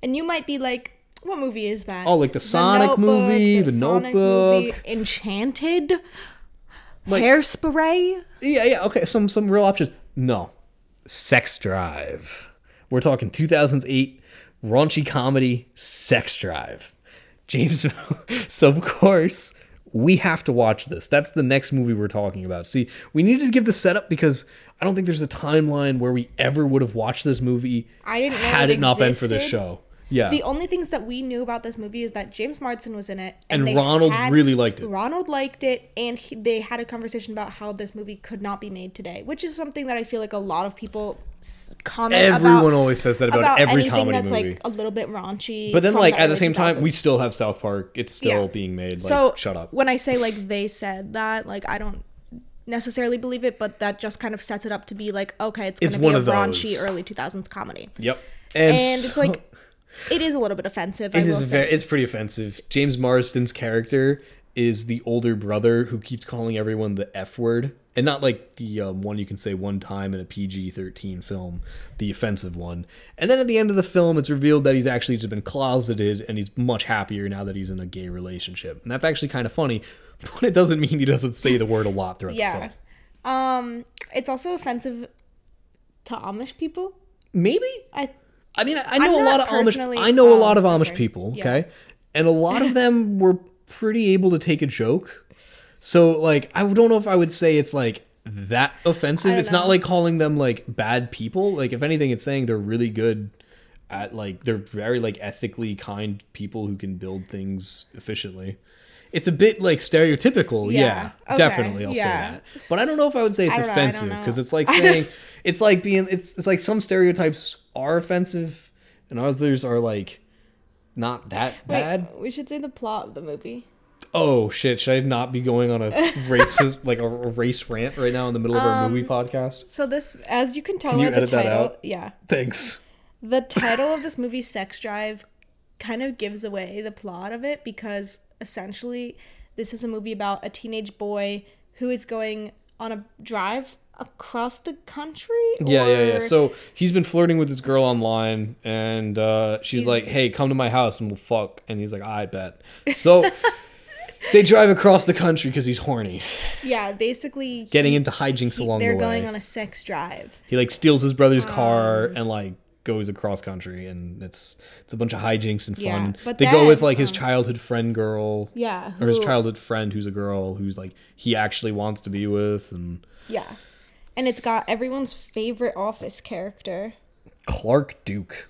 [SPEAKER 5] and you might be like what movie is that
[SPEAKER 4] Oh, like the Sonic movie, the Notebook.
[SPEAKER 5] enchanted hairspray
[SPEAKER 4] Yeah, yeah, okay, some some real options. No. Sex Drive. We're talking 2008 raunchy comedy Sex Drive. James [LAUGHS] So of course, we have to watch this. That's the next movie we're talking about. See, we needed to give the setup because I don't think there's a timeline where we ever would have watched this movie
[SPEAKER 5] I didn't know
[SPEAKER 4] had
[SPEAKER 5] it
[SPEAKER 4] it not been for this
[SPEAKER 5] existed.
[SPEAKER 4] show. Yeah.
[SPEAKER 5] The only things that we knew about this movie is that James Marsden was in it,
[SPEAKER 4] And
[SPEAKER 5] they
[SPEAKER 4] Ronald really liked it.
[SPEAKER 5] Ronald liked it, and he, they had a conversation about how this movie could not be made today, which is something that I feel like a lot of people s- comment
[SPEAKER 4] Everyone
[SPEAKER 5] about.
[SPEAKER 4] always says that about,
[SPEAKER 5] about
[SPEAKER 4] every
[SPEAKER 5] anything
[SPEAKER 4] comedy
[SPEAKER 5] that's
[SPEAKER 4] movie.
[SPEAKER 5] like a little bit raunchy.
[SPEAKER 4] but then,
[SPEAKER 5] from
[SPEAKER 4] like at the
[SPEAKER 5] early
[SPEAKER 4] same time,
[SPEAKER 5] 2000s.
[SPEAKER 4] we still have South Park. It's still
[SPEAKER 5] Yeah.
[SPEAKER 4] being made. Like,
[SPEAKER 5] so
[SPEAKER 4] shut up.
[SPEAKER 5] When I say like they said that, like I don't necessarily believe it, but that just kind of sets it up to be like okay, it's going
[SPEAKER 4] It's
[SPEAKER 5] to be
[SPEAKER 4] one
[SPEAKER 5] a
[SPEAKER 4] of those.
[SPEAKER 5] raunchy early two thousands comedy,
[SPEAKER 4] Yep.
[SPEAKER 5] and it's
[SPEAKER 4] so- [LAUGHS]
[SPEAKER 5] like [LAUGHS] it is a little bit offensive. I
[SPEAKER 4] It
[SPEAKER 5] will
[SPEAKER 4] is
[SPEAKER 5] say.
[SPEAKER 4] very, it's pretty offensive. James Marsden's character is the older brother who keeps calling everyone the F word, and not like the um, one you can say one time in a PG thirteen film, the offensive one. And then at the end of the film, it's revealed that he's actually just been closeted, and he's much happier now that he's in a gay relationship, and that's actually kind of funny. [LAUGHS] But it doesn't mean he doesn't say the word a lot throughout the
[SPEAKER 5] yeah.
[SPEAKER 4] film.
[SPEAKER 5] Um, it's also offensive to Amish people.
[SPEAKER 4] Maybe
[SPEAKER 5] I
[SPEAKER 4] I mean, I I know a
[SPEAKER 5] not
[SPEAKER 4] lot of Amish.
[SPEAKER 5] personally,
[SPEAKER 4] I know a
[SPEAKER 5] um,
[SPEAKER 4] lot of Amish
[SPEAKER 5] okay.
[SPEAKER 4] people.
[SPEAKER 5] Yeah.
[SPEAKER 4] Okay, and a lot of
[SPEAKER 5] [LAUGHS]
[SPEAKER 4] them were pretty able to take a joke. So, like, I don't know if I would say it's like that offensive.
[SPEAKER 5] don't
[SPEAKER 4] It's not
[SPEAKER 5] know.
[SPEAKER 4] like calling them like bad people. Like, if anything, it's saying they're really good at like they're very like ethically kind people who can build things efficiently. It's a bit like stereotypical, yeah,
[SPEAKER 5] Yeah. Okay.
[SPEAKER 4] definitely. I'll
[SPEAKER 5] Yeah.
[SPEAKER 4] say that, but I don't know if I would say it's
[SPEAKER 5] I don't know, I don't
[SPEAKER 4] offensive because
[SPEAKER 5] know.
[SPEAKER 4] it's like
[SPEAKER 5] [LAUGHS]
[SPEAKER 4] saying it's like being it's it's like some stereotypes are offensive and others are like not that bad.
[SPEAKER 5] Wait, we should say the plot of the movie.
[SPEAKER 4] Oh shit! Should I not be going on a
[SPEAKER 5] [LAUGHS]
[SPEAKER 4] racist like a, a race rant right now in the middle of our
[SPEAKER 5] Um,
[SPEAKER 4] movie podcast?
[SPEAKER 5] So this, as you can tell
[SPEAKER 4] Can you
[SPEAKER 5] by the
[SPEAKER 4] edit that
[SPEAKER 5] title,
[SPEAKER 4] out?
[SPEAKER 5] yeah,
[SPEAKER 4] Thanks.
[SPEAKER 5] the title of this movie, Sex Drive, kind of gives away the plot of it because essentially this is a movie about a teenage boy who is going on a drive across the country.
[SPEAKER 4] Yeah, yeah, yeah.
[SPEAKER 5] or-
[SPEAKER 4] So he's been flirting with this girl online, and uh, she's
[SPEAKER 5] He's-
[SPEAKER 4] like, "Hey, come to my house and we'll fuck." And he's like, "I bet."
[SPEAKER 5] [LAUGHS]
[SPEAKER 4] So they drive across the country because he's horny,
[SPEAKER 5] yeah, basically
[SPEAKER 4] getting
[SPEAKER 5] he-
[SPEAKER 4] into hijinks
[SPEAKER 5] he-
[SPEAKER 4] along the
[SPEAKER 5] they're
[SPEAKER 4] way.
[SPEAKER 5] going on a sex drive.
[SPEAKER 4] he like steals his brother's
[SPEAKER 5] Um,
[SPEAKER 4] car and like goes across country and it's it's a bunch of hijinks and fun
[SPEAKER 5] Yeah, but
[SPEAKER 4] they go with
[SPEAKER 5] then,
[SPEAKER 4] like his
[SPEAKER 5] um,
[SPEAKER 4] childhood friend girl
[SPEAKER 5] Yeah,
[SPEAKER 4] or his
[SPEAKER 5] who-
[SPEAKER 4] childhood friend who's a girl who's like he actually wants to be with and
[SPEAKER 5] Yeah, and it's got everyone's favorite office character.
[SPEAKER 4] clark
[SPEAKER 5] [LAUGHS]
[SPEAKER 4] duke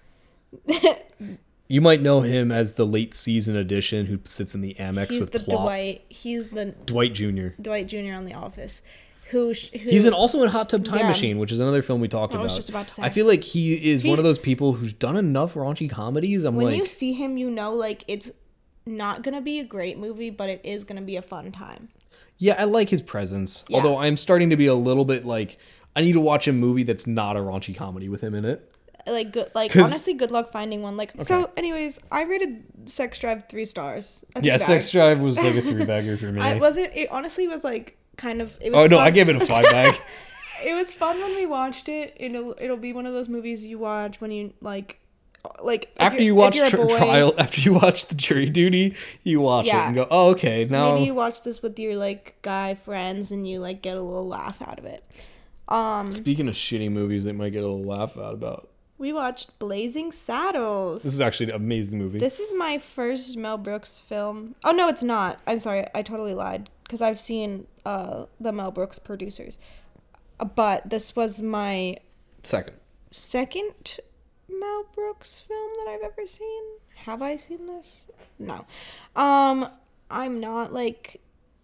[SPEAKER 4] you might know him as the late season edition who sits in the amex
[SPEAKER 5] He's
[SPEAKER 4] with
[SPEAKER 5] the
[SPEAKER 4] plot dwight,
[SPEAKER 5] Dwight. He's the
[SPEAKER 4] jr
[SPEAKER 5] Dwight Jr. on The Office, who, sh- who
[SPEAKER 4] He's in, also in Hot Tub Time
[SPEAKER 5] Yeah.
[SPEAKER 4] Machine, which is another film we talked
[SPEAKER 5] I
[SPEAKER 4] about.
[SPEAKER 5] was just about to say.
[SPEAKER 4] I feel like he is one
[SPEAKER 5] He-
[SPEAKER 4] of those people who's done enough raunchy comedies. I'm
[SPEAKER 5] when
[SPEAKER 4] like,
[SPEAKER 5] you see him, you know like it's not gonna be a great movie, but it is gonna be a fun time.
[SPEAKER 4] Yeah, I like his presence.
[SPEAKER 5] Yeah.
[SPEAKER 4] Although I'm starting to be a little bit like I need to watch a movie that's not a raunchy comedy with him in it.
[SPEAKER 5] Like good, like
[SPEAKER 4] 'Cause-
[SPEAKER 5] honestly, good luck finding one. Like so. Anyways, I rated Sex Drive three stars. I think that's-
[SPEAKER 4] was like a three bagger for me.
[SPEAKER 5] [LAUGHS] I wasn't. It honestly was like kind of. It was
[SPEAKER 4] oh no,
[SPEAKER 5] fun-
[SPEAKER 4] I gave it a
[SPEAKER 5] [LAUGHS]
[SPEAKER 4] five bag.
[SPEAKER 5] It was fun when we watched it. It'll it'll be one of those movies you watch when you like, like if
[SPEAKER 4] After
[SPEAKER 5] you're-
[SPEAKER 4] you
[SPEAKER 5] if
[SPEAKER 4] watch
[SPEAKER 5] you're a
[SPEAKER 4] tr-
[SPEAKER 5] boy,
[SPEAKER 4] trial, after you watch the jury duty, you watch it
[SPEAKER 5] Yeah.
[SPEAKER 4] and go, oh okay, now
[SPEAKER 5] Maybe you watch this with your like guy friends and you like get a little laugh out of it.
[SPEAKER 4] [LAUGHS]
[SPEAKER 5] Um,
[SPEAKER 4] speaking of shitty movies, they might get a little laugh out about.
[SPEAKER 5] we watched Blazing Saddles.
[SPEAKER 4] This is actually an amazing movie.
[SPEAKER 5] This is my first Mel Brooks film. Oh no, it's not. I'm sorry, I totally lied because I've seen uh, the Mel Brooks producers, Uh, but this was my
[SPEAKER 4] Second,
[SPEAKER 5] second Mel Brooks film that I've ever seen. Have I seen this? No. Um, I'm not like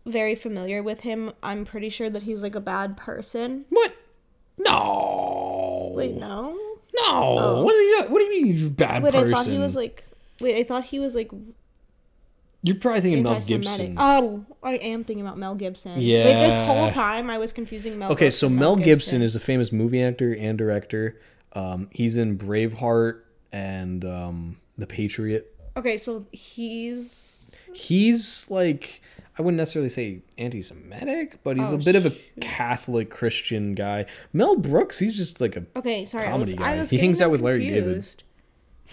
[SPEAKER 5] very familiar with him. I'm pretty sure that he's like a bad person.
[SPEAKER 4] what? No,
[SPEAKER 5] Wait, no.
[SPEAKER 4] no. What, is he, what do you mean he's a bad
[SPEAKER 5] Wait,
[SPEAKER 4] person?
[SPEAKER 5] I thought he was like. Wait, I thought he was like
[SPEAKER 4] You're probably thinking Mel
[SPEAKER 5] anti-Semitic.
[SPEAKER 4] Gibson.
[SPEAKER 5] Oh, I am thinking about Mel Gibson. Wait, this
[SPEAKER 4] Yeah.
[SPEAKER 5] whole time I was confusing Mel.
[SPEAKER 4] Okay,
[SPEAKER 5] Brooks
[SPEAKER 4] so
[SPEAKER 5] and
[SPEAKER 4] Mel Gibson is a famous movie actor and director. Um, he's in Braveheart and um, The Patriot.
[SPEAKER 5] Okay, so he's.
[SPEAKER 4] He's like I wouldn't necessarily say anti-Semitic, but he's a bit of a Catholic Christian guy. Mel Brooks, he's just like a
[SPEAKER 5] Okay, sorry.
[SPEAKER 4] Comedy
[SPEAKER 5] I was, I
[SPEAKER 4] guy.
[SPEAKER 5] was
[SPEAKER 4] He
[SPEAKER 5] getting
[SPEAKER 4] hangs out
[SPEAKER 5] them
[SPEAKER 4] with Larry David.
[SPEAKER 5] confused.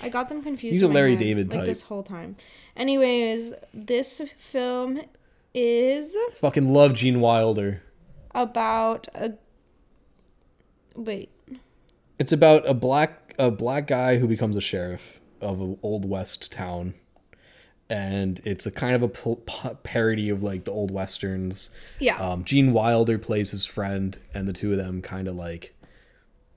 [SPEAKER 5] I got them confused.
[SPEAKER 4] He's a
[SPEAKER 5] in my
[SPEAKER 4] Larry
[SPEAKER 5] head,
[SPEAKER 4] David
[SPEAKER 5] Like
[SPEAKER 4] type.
[SPEAKER 5] this whole time. Anyways, this film is
[SPEAKER 4] fucking love Gene Wilder.
[SPEAKER 5] about a. Wait.
[SPEAKER 4] It's about a black a black guy who becomes a sheriff of an old west town, and it's a kind of a pl- p- parody of like the old westerns.
[SPEAKER 5] Yeah.
[SPEAKER 4] Uh, Um, Gene Wilder plays his friend, and the two of them kind of like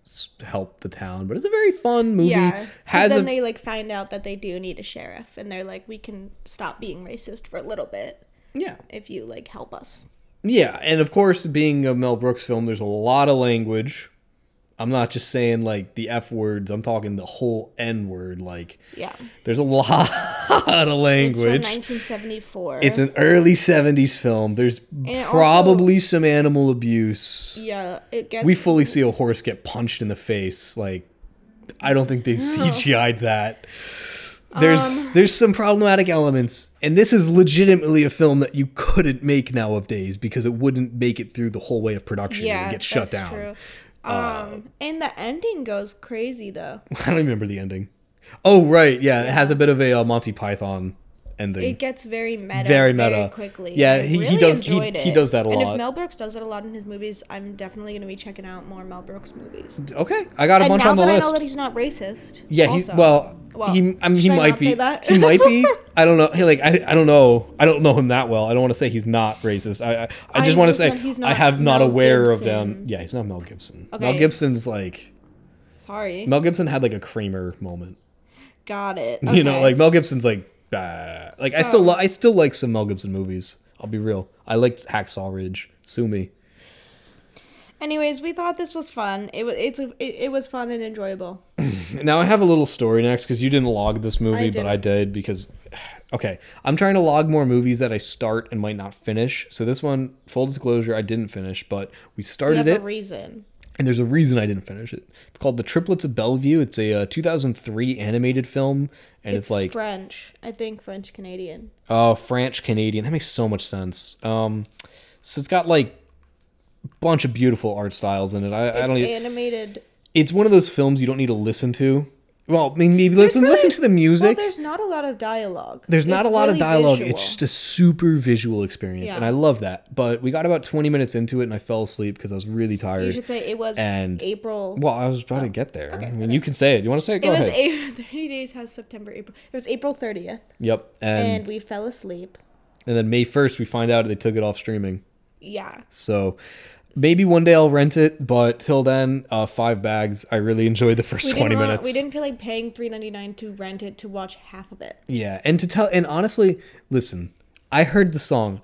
[SPEAKER 4] s- help the town, but it's a very fun movie.
[SPEAKER 5] Yeah. Because
[SPEAKER 4] Has
[SPEAKER 5] then
[SPEAKER 4] a,
[SPEAKER 5] they like find out that they do need a sheriff, and they're like, we can stop being racist for a little bit
[SPEAKER 4] yeah.
[SPEAKER 5] if you like help us.
[SPEAKER 4] Yeah, and of course, being a Mel Brooks film, there's a lot of language. I'm not just saying like the F words, I'm talking the whole N word. Like,
[SPEAKER 5] Yeah.
[SPEAKER 4] there's a [LAUGHS] lot of
[SPEAKER 5] It's from
[SPEAKER 4] language. It's,
[SPEAKER 5] 1974.
[SPEAKER 4] an early 70s film. There's
[SPEAKER 5] it also-
[SPEAKER 4] probably some animal abuse.
[SPEAKER 5] yeah. It gets
[SPEAKER 4] We fully see a horse get punched in the face. Like, I don't think they
[SPEAKER 5] Oh.
[SPEAKER 4] CGI'd that.
[SPEAKER 5] Um.
[SPEAKER 4] There's there's some problematic elements, and this is legitimately a film that you couldn't make nowadays because it wouldn't make it through the whole way of production and get shut
[SPEAKER 5] that's
[SPEAKER 4] down. Uh,
[SPEAKER 5] true. Um, and the ending goes
[SPEAKER 4] [LAUGHS]
[SPEAKER 5] crazy though.
[SPEAKER 4] [LAUGHS] I don't even remember the ending. Oh right, yeah, it has a bit of a uh, Monty Python ending.
[SPEAKER 5] It gets very
[SPEAKER 4] Very
[SPEAKER 5] meta, very
[SPEAKER 4] meta.
[SPEAKER 5] meta, quickly.
[SPEAKER 4] Yeah,
[SPEAKER 5] I
[SPEAKER 4] he- he
[SPEAKER 5] really
[SPEAKER 4] does- he-
[SPEAKER 5] enjoyed
[SPEAKER 4] he
[SPEAKER 5] it.
[SPEAKER 4] does that a
[SPEAKER 5] And
[SPEAKER 4] lot.
[SPEAKER 5] if Mel Brooks does it a lot in his movies, I'm definitely going to be checking out more Mel Brooks movies.
[SPEAKER 4] okay, I got a
[SPEAKER 5] And
[SPEAKER 4] bunch
[SPEAKER 5] now
[SPEAKER 4] on the
[SPEAKER 5] that
[SPEAKER 4] list.
[SPEAKER 5] I know that he's not racist.
[SPEAKER 4] Yeah,
[SPEAKER 5] also.
[SPEAKER 4] he well,
[SPEAKER 5] Well,
[SPEAKER 4] he I mean, he
[SPEAKER 5] should I
[SPEAKER 4] might
[SPEAKER 5] not
[SPEAKER 4] be
[SPEAKER 5] say that?
[SPEAKER 4] he might
[SPEAKER 5] [LAUGHS]
[SPEAKER 4] be. I don't know. He like I, I don't know. I don't know him that well. I don't want to say he's not racist. I I, I just
[SPEAKER 5] I
[SPEAKER 4] want to
[SPEAKER 5] just
[SPEAKER 4] say
[SPEAKER 5] meant he's
[SPEAKER 4] I
[SPEAKER 5] not
[SPEAKER 4] have not
[SPEAKER 5] Mel
[SPEAKER 4] aware of them.
[SPEAKER 5] Gibson.
[SPEAKER 4] Yeah, he's not Mel Gibson. Mel
[SPEAKER 5] Okay.
[SPEAKER 4] Gibson's like
[SPEAKER 5] Sorry.
[SPEAKER 4] Mel Gibson had like a Kramer moment. [LAUGHS]
[SPEAKER 5] Got it.
[SPEAKER 4] You know,
[SPEAKER 5] Okay.
[SPEAKER 4] like Mel Gibson's like bah. like I still
[SPEAKER 5] So-
[SPEAKER 4] li- I still like some Mel Gibson movies. I'll be real. I liked Hacksaw Ridge. Sue me.
[SPEAKER 5] Anyways, we thought this was fun. It was it's a, it, it was fun and enjoyable.
[SPEAKER 4] Now I have a little story next because you didn't log this movie, but
[SPEAKER 5] didn't.
[SPEAKER 4] I did because. Okay, I'm trying to log more movies that I start and might not finish. So this one, full disclosure, I didn't finish, but we
[SPEAKER 5] We
[SPEAKER 4] started
[SPEAKER 5] have
[SPEAKER 4] it,
[SPEAKER 5] a reason.
[SPEAKER 4] and there's a reason I didn't finish it. It's called The Triplets of Bellevue. It's a uh, 2003 animated film, and it's,
[SPEAKER 5] It's
[SPEAKER 4] like
[SPEAKER 5] French. I think French Canadian.
[SPEAKER 4] Oh, French Canadian. That makes so much sense. Um, so it's got like a bunch of beautiful art styles in it. I, I
[SPEAKER 5] It's
[SPEAKER 4] don't. e-
[SPEAKER 5] animated.
[SPEAKER 4] it's one of those films you don't need to listen to. Well, I mean, maybe listen
[SPEAKER 5] really-
[SPEAKER 4] listen to the
[SPEAKER 5] Well,
[SPEAKER 4] music.
[SPEAKER 5] there's not a lot of dialogue.
[SPEAKER 4] There's not
[SPEAKER 5] It's
[SPEAKER 4] a lot of
[SPEAKER 5] really
[SPEAKER 4] dialogue.
[SPEAKER 5] visual.
[SPEAKER 4] It's just a super visual experience, and
[SPEAKER 5] Yeah.
[SPEAKER 4] I love that. But we got about 20 minutes into it, and I fell asleep because I was really tired.
[SPEAKER 5] You should say it was
[SPEAKER 4] and-
[SPEAKER 5] April.
[SPEAKER 4] well, I was about to get there. I mean, you can say it. You want to say it? Go
[SPEAKER 5] it was
[SPEAKER 4] ahead.
[SPEAKER 5] April, [LAUGHS] 30 days has September, April. It was April 30th,
[SPEAKER 4] yep. And,
[SPEAKER 5] and
[SPEAKER 4] and
[SPEAKER 5] we fell asleep.
[SPEAKER 4] then May 1st, we find out they took it off streaming.
[SPEAKER 5] Yeah.
[SPEAKER 4] So maybe one day I'll rent it, but till then, uh, five bags. I really enjoyed the first
[SPEAKER 5] We
[SPEAKER 4] 20
[SPEAKER 5] didn't want,
[SPEAKER 4] minutes.
[SPEAKER 5] We didn't feel like paying 3.99 to rent it to watch half of it.
[SPEAKER 4] Yeah, and to tell, and honestly, listen, I heard the song.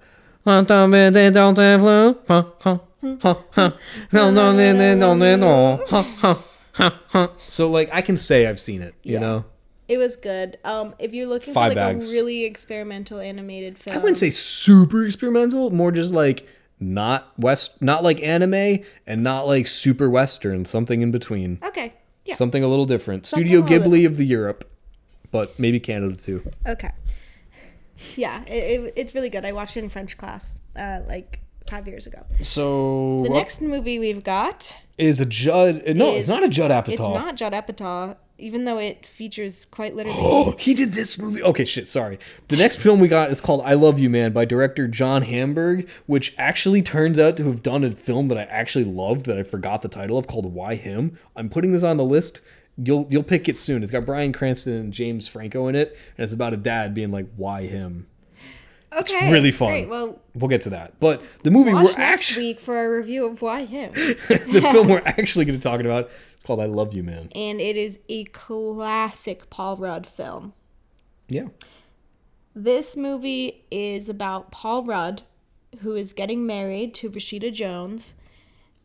[SPEAKER 4] So like I can say I've seen it, you
[SPEAKER 5] Yeah.
[SPEAKER 4] know.
[SPEAKER 5] It was good. Um, if you're looking
[SPEAKER 4] Five
[SPEAKER 5] for like
[SPEAKER 4] bags.
[SPEAKER 5] a really experimental animated film,
[SPEAKER 4] I wouldn't say super experimental, more just like not west, not like anime, and not like super western, something in between,
[SPEAKER 5] Okay. Yeah.
[SPEAKER 4] something a little different.
[SPEAKER 5] Something
[SPEAKER 4] Studio
[SPEAKER 5] a little
[SPEAKER 4] Ghibli of the Europe, but maybe Canada too.
[SPEAKER 5] Okay. Yeah, it, it, it's really good. I watched it in French class, uh, like five years ago.
[SPEAKER 4] So
[SPEAKER 5] The
[SPEAKER 4] what
[SPEAKER 5] next movie we've got
[SPEAKER 4] is a Judd? No, it's
[SPEAKER 5] is-
[SPEAKER 4] not a Judd Apatow.
[SPEAKER 5] it's not Judd Apatow, even though it features
[SPEAKER 4] [GASPS]
[SPEAKER 5] quite literally.
[SPEAKER 4] Oh, he did this movie. Okay, shit, sorry. The next film we got is called I Love You Man by director John Hamburg, which actually turns out to have done a film that I actually loved that I forgot the title of called Why Him. I'm putting this on the list. You'll you'll pick it soon. It's got Brian Cranston and James Franco in it, and it's about a dad being like, "Why him?"
[SPEAKER 5] okay,
[SPEAKER 4] really fun.
[SPEAKER 5] Great. Well,
[SPEAKER 4] We'll get to that. But the movie
[SPEAKER 5] watch
[SPEAKER 4] we're
[SPEAKER 5] next
[SPEAKER 4] actually
[SPEAKER 5] week for a review of Why
[SPEAKER 4] [LAUGHS]
[SPEAKER 5] Him,
[SPEAKER 4] the film
[SPEAKER 5] [LAUGHS]
[SPEAKER 4] we're actually going to talk about is called I Love You Man.
[SPEAKER 5] and it is a classic Paul Rudd film.
[SPEAKER 4] Yeah.
[SPEAKER 5] This movie is about Paul Rudd, who is getting married to Rashida Jones.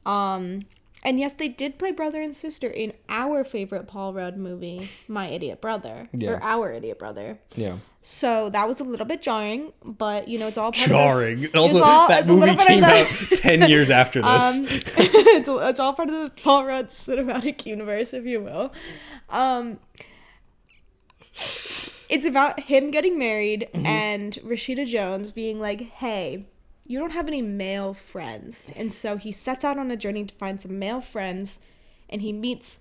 [SPEAKER 5] Um, and yes, they did play brother and sister in our favorite Paul Rudd movie, My Idiot Brother,
[SPEAKER 4] [LAUGHS] Yeah.
[SPEAKER 5] or Our Idiot Brother.
[SPEAKER 4] Yeah.
[SPEAKER 5] So that was a little bit jarring, but you know it's all part of this-
[SPEAKER 4] Jarring. And
[SPEAKER 5] it's
[SPEAKER 4] also,
[SPEAKER 5] all-
[SPEAKER 4] that
[SPEAKER 5] it's a little
[SPEAKER 4] movie
[SPEAKER 5] bit of
[SPEAKER 4] came
[SPEAKER 5] the-
[SPEAKER 4] out 10 years after this.
[SPEAKER 5] Um, [LAUGHS] it's, it's all part of the Paul Rudd cinematic universe, if you will. Um, it's about him getting married
[SPEAKER 4] Mm-hmm.
[SPEAKER 5] and Rashida Jones being like, hey, you don't have any male friends. And so he sets out on a journey to find some male friends and he meets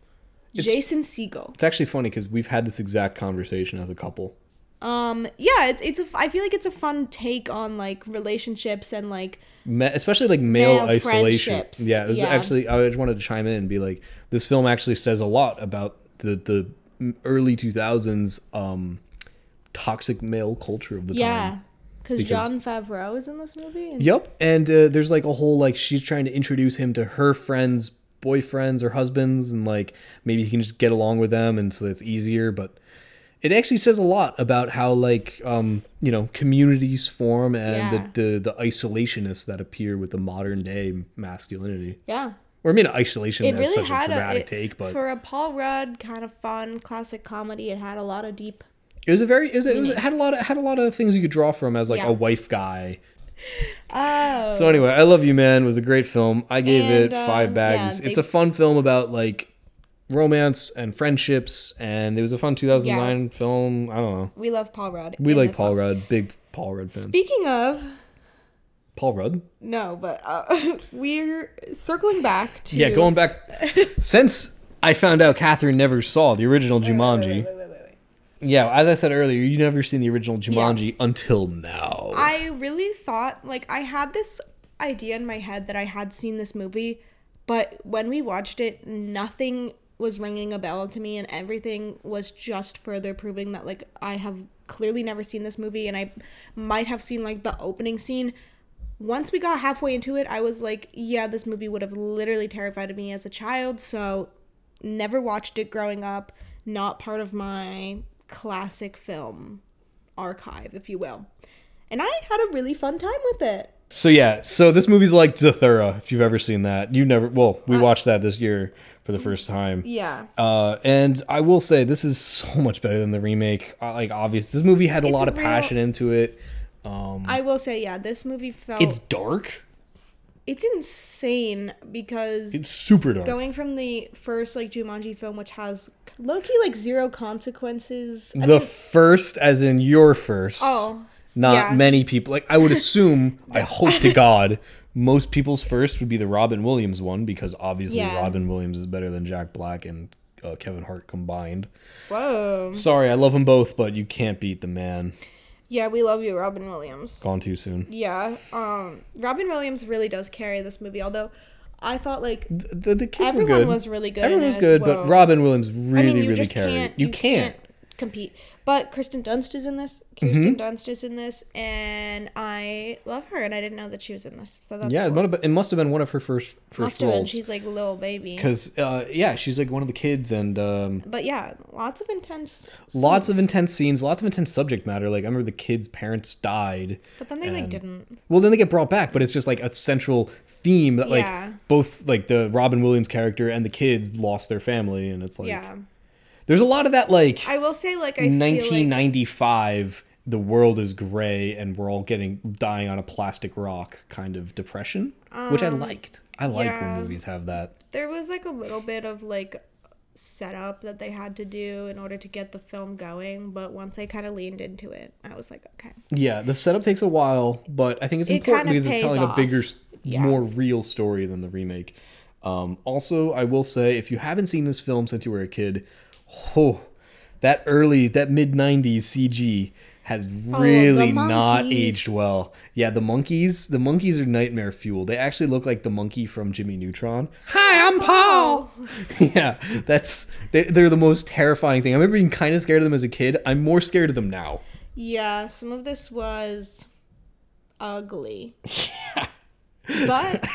[SPEAKER 5] Jason Siegel.
[SPEAKER 4] It's actually funny because we've had this exact conversation as a couple.
[SPEAKER 5] Um, yeah, it's, it's a, f- I feel like it's a fun take on like relationships and like,
[SPEAKER 4] Me- especially like male,
[SPEAKER 5] Male
[SPEAKER 4] isolation.
[SPEAKER 5] friendships,
[SPEAKER 4] Yeah, it was
[SPEAKER 5] yeah.
[SPEAKER 4] actually, I just wanted to chime in and be like, this film actually says a lot about the, the early 2000s um, toxic male culture of the time.
[SPEAKER 5] yeah. Cause
[SPEAKER 4] Because-
[SPEAKER 5] John Favreau is in this movie. and-
[SPEAKER 4] Yep. And uh, there's like a whole like she's trying to introduce him to her friend's boyfriends or husbands and like maybe he can just get along with them and so it's easier but it actually says a lot about how like um you know communities form and
[SPEAKER 5] Yeah.
[SPEAKER 4] the, the the isolationists that appear with the modern day masculinity
[SPEAKER 5] Yeah.
[SPEAKER 4] or i mean isolation
[SPEAKER 5] It
[SPEAKER 4] as
[SPEAKER 5] really
[SPEAKER 4] such a
[SPEAKER 5] had a
[SPEAKER 4] dramatic
[SPEAKER 5] it-
[SPEAKER 4] take but
[SPEAKER 5] for a Paul Rudd kind of fun classic comedy. It had a lot of deep.
[SPEAKER 4] it was a very it, was, it, was, it had a lot of had a lot of things you could draw from as like
[SPEAKER 5] Yeah.
[SPEAKER 4] a wife guy
[SPEAKER 5] Oh,
[SPEAKER 4] So anyway, I Love You Man was a great film. I gave it
[SPEAKER 5] And, uh,
[SPEAKER 4] five bags.
[SPEAKER 5] yeah, they-
[SPEAKER 4] it's a fun film about like romance and friendships, and it was a fun 2009 film. I don't know.
[SPEAKER 5] we love Paul Rudd.
[SPEAKER 4] We
[SPEAKER 5] in
[SPEAKER 4] like
[SPEAKER 5] this
[SPEAKER 4] Paul
[SPEAKER 5] house.
[SPEAKER 4] Rudd, big Paul Rudd fans.
[SPEAKER 5] Speaking of,
[SPEAKER 4] Paul Rudd?
[SPEAKER 5] no, but uh, [LAUGHS] we're circling back to
[SPEAKER 4] Yeah, going
[SPEAKER 5] [LAUGHS]
[SPEAKER 4] back since I found out Catherine never saw the original Jumanji. Yeah, as I said earlier, you never seen the original Jumanji until now.
[SPEAKER 5] I really thought like I had this idea in my head that I had seen this movie, but when we watched it, nothing was ringing a bell to me, and everything was just further proving that like I have clearly never seen this movie, and I might have seen like the opening scene. Once we got halfway into it, I was like, yeah, this movie would have literally terrified me as a child, so never watched it growing up, not part of my classic film archive, if you will. And I had a really fun time with it.
[SPEAKER 4] So yeah, so this movie's like Zathura, if you've ever seen that. You never well, we watched that this year for the first time.
[SPEAKER 5] Uh, Yeah.
[SPEAKER 4] Uh, and I will say this is so [LAUGHS] much better than the remake. Uh, Like obvious, this movie had a lot
[SPEAKER 5] a
[SPEAKER 4] of
[SPEAKER 5] real-
[SPEAKER 4] passion into it.
[SPEAKER 5] I will say, yeah, this movie felt.
[SPEAKER 4] It's
[SPEAKER 5] It's,
[SPEAKER 4] dark.
[SPEAKER 5] insane because
[SPEAKER 4] It's super dark.
[SPEAKER 5] going from the first, like, Jumanji film, which has low key, like, zero consequences. I
[SPEAKER 4] the
[SPEAKER 5] mean,
[SPEAKER 4] first, as in your first.
[SPEAKER 5] Oh,
[SPEAKER 4] Not
[SPEAKER 5] yeah.
[SPEAKER 4] many people. Like I
[SPEAKER 5] [LAUGHS]
[SPEAKER 4] would assume. I hope to God, most people's first would be the Robin Williams one because obviously
[SPEAKER 5] Yeah.
[SPEAKER 4] Robin Williams is better than Jack Black and uh, Kevin Hart combined.
[SPEAKER 5] whoa.
[SPEAKER 4] Sorry, I love them both, but you can't beat the man.
[SPEAKER 5] Yeah, we love you, Robin Williams.
[SPEAKER 4] Gone too soon.
[SPEAKER 5] Yeah. Um, Robin Williams really does carry this movie, although I thought, like,
[SPEAKER 4] The, the kids were
[SPEAKER 5] everyone
[SPEAKER 4] good.
[SPEAKER 5] was really good. in
[SPEAKER 4] Everyone
[SPEAKER 5] it
[SPEAKER 4] was
[SPEAKER 5] as
[SPEAKER 4] good,
[SPEAKER 5] well.
[SPEAKER 4] but Robin Williams really,
[SPEAKER 5] I mean, you
[SPEAKER 4] really
[SPEAKER 5] just
[SPEAKER 4] carried.
[SPEAKER 5] can't.
[SPEAKER 4] you, can't. Mm-hmm.
[SPEAKER 5] compete. But Kristen Dunst is in this. Kristen Dunst is in this, and I love her, and I didn't know that she was in this. So that's
[SPEAKER 4] Yeah, it
[SPEAKER 5] cool.
[SPEAKER 4] might have been- it must have been one of her first first
[SPEAKER 5] must have been.
[SPEAKER 4] roles.
[SPEAKER 5] She's like little baby.
[SPEAKER 4] Because uh, yeah, she's like one of the kids, and um,
[SPEAKER 5] But yeah, lots of intense.
[SPEAKER 4] lots of intense scenes, lots of intense subject matter. Like I remember the kids' parents died.
[SPEAKER 5] But then they like
[SPEAKER 4] and-
[SPEAKER 5] didn't.
[SPEAKER 4] Well, then they get brought back, but it's just like a central theme that like
[SPEAKER 5] Yeah.
[SPEAKER 4] both like the Robin Williams character and the kids lost their family, and it's like
[SPEAKER 5] yeah,
[SPEAKER 4] there's a lot of that like
[SPEAKER 5] I will say like I feel like
[SPEAKER 4] 1995. the world is gray, and we're all getting dying on a plastic rock kind of depression, which I liked. I like
[SPEAKER 5] Um, yeah.
[SPEAKER 4] when movies have that.
[SPEAKER 5] there was like a little bit of like setup that they had to do in order to get the film going. But once I kind of leaned into it, I was like, okay,
[SPEAKER 4] Yeah, the setup takes a while, but I think it's
[SPEAKER 5] It
[SPEAKER 4] important
[SPEAKER 5] kinda
[SPEAKER 4] because it's
[SPEAKER 5] pays
[SPEAKER 4] telling a
[SPEAKER 5] off.
[SPEAKER 4] bigger, s more real story than the remake. Um, also, I will say if you haven't seen this film since you were a kid, oh, that early, that mid '90s CG has really not
[SPEAKER 5] Oh, monkeys.
[SPEAKER 4] aged well. Yeah, the monkeys, the monkeys are nightmare fuel. They actually look like the monkey from Jimmy Neutron. Hi, I'm Paul yeah, that's they, they're the most terrifying thing. I remember being kind of scared of them as a kid. I'm more scared of them now.
[SPEAKER 5] Yeah, some of this was ugly. Yeah. But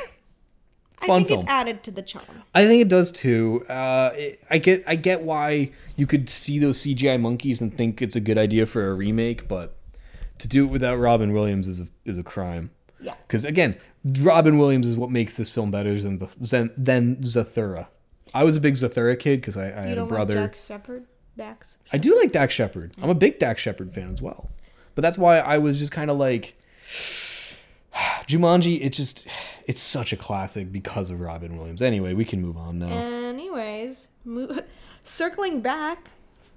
[SPEAKER 4] [LAUGHS]
[SPEAKER 5] I
[SPEAKER 4] Fun
[SPEAKER 5] think
[SPEAKER 4] film.
[SPEAKER 5] it added to the charm.
[SPEAKER 4] I think it does too. Uh, it, I get I get why you could see those CGI monkeys and think it's a good idea for a remake, but to do it without Robin Williams is a, is a crime.
[SPEAKER 5] Yeah.
[SPEAKER 4] Because again, Robin Williams is what makes this film better than the than, than Zathura. I was a big Zathura kid because I, I
[SPEAKER 5] You
[SPEAKER 4] had a
[SPEAKER 5] don't
[SPEAKER 4] brother.
[SPEAKER 5] like Jack Shepard? Dax?
[SPEAKER 4] I do like Dak Shepard. I'm a big Dak Shepard fan as well. But that's why I was just kind of like [SIGHS] Jumanji, it just it's such a classic because of Robin Williams. Anyway, we can move on now.
[SPEAKER 5] Anyways, mo- [LAUGHS] circling back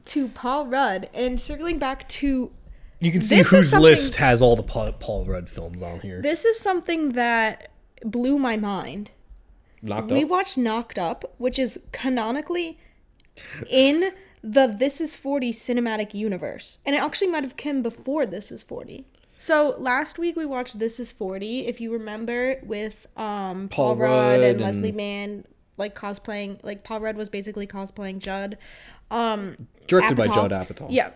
[SPEAKER 5] to Paul Rudd and circling back to
[SPEAKER 4] you can see
[SPEAKER 5] this is
[SPEAKER 4] whose
[SPEAKER 5] something-
[SPEAKER 4] list has all the Paul, Paul Rudd films on here.
[SPEAKER 5] this is something that blew my mind.
[SPEAKER 4] Knocked
[SPEAKER 5] We
[SPEAKER 4] up.
[SPEAKER 5] watched Knocked Up, which is canonically in the This Is 40 cinematic universe. And it actually might have come before This Is 40. So last week we watched This Is 40, if you remember, with um, Paul,
[SPEAKER 4] Paul
[SPEAKER 5] Rudd
[SPEAKER 4] Rudd
[SPEAKER 5] and Leslie
[SPEAKER 4] and-
[SPEAKER 5] Mann, like cosplaying, like Paul Rudd was basically cosplaying Judd.
[SPEAKER 4] Directed by
[SPEAKER 5] Apatow.
[SPEAKER 4] Judd Apatow.
[SPEAKER 5] Yeah.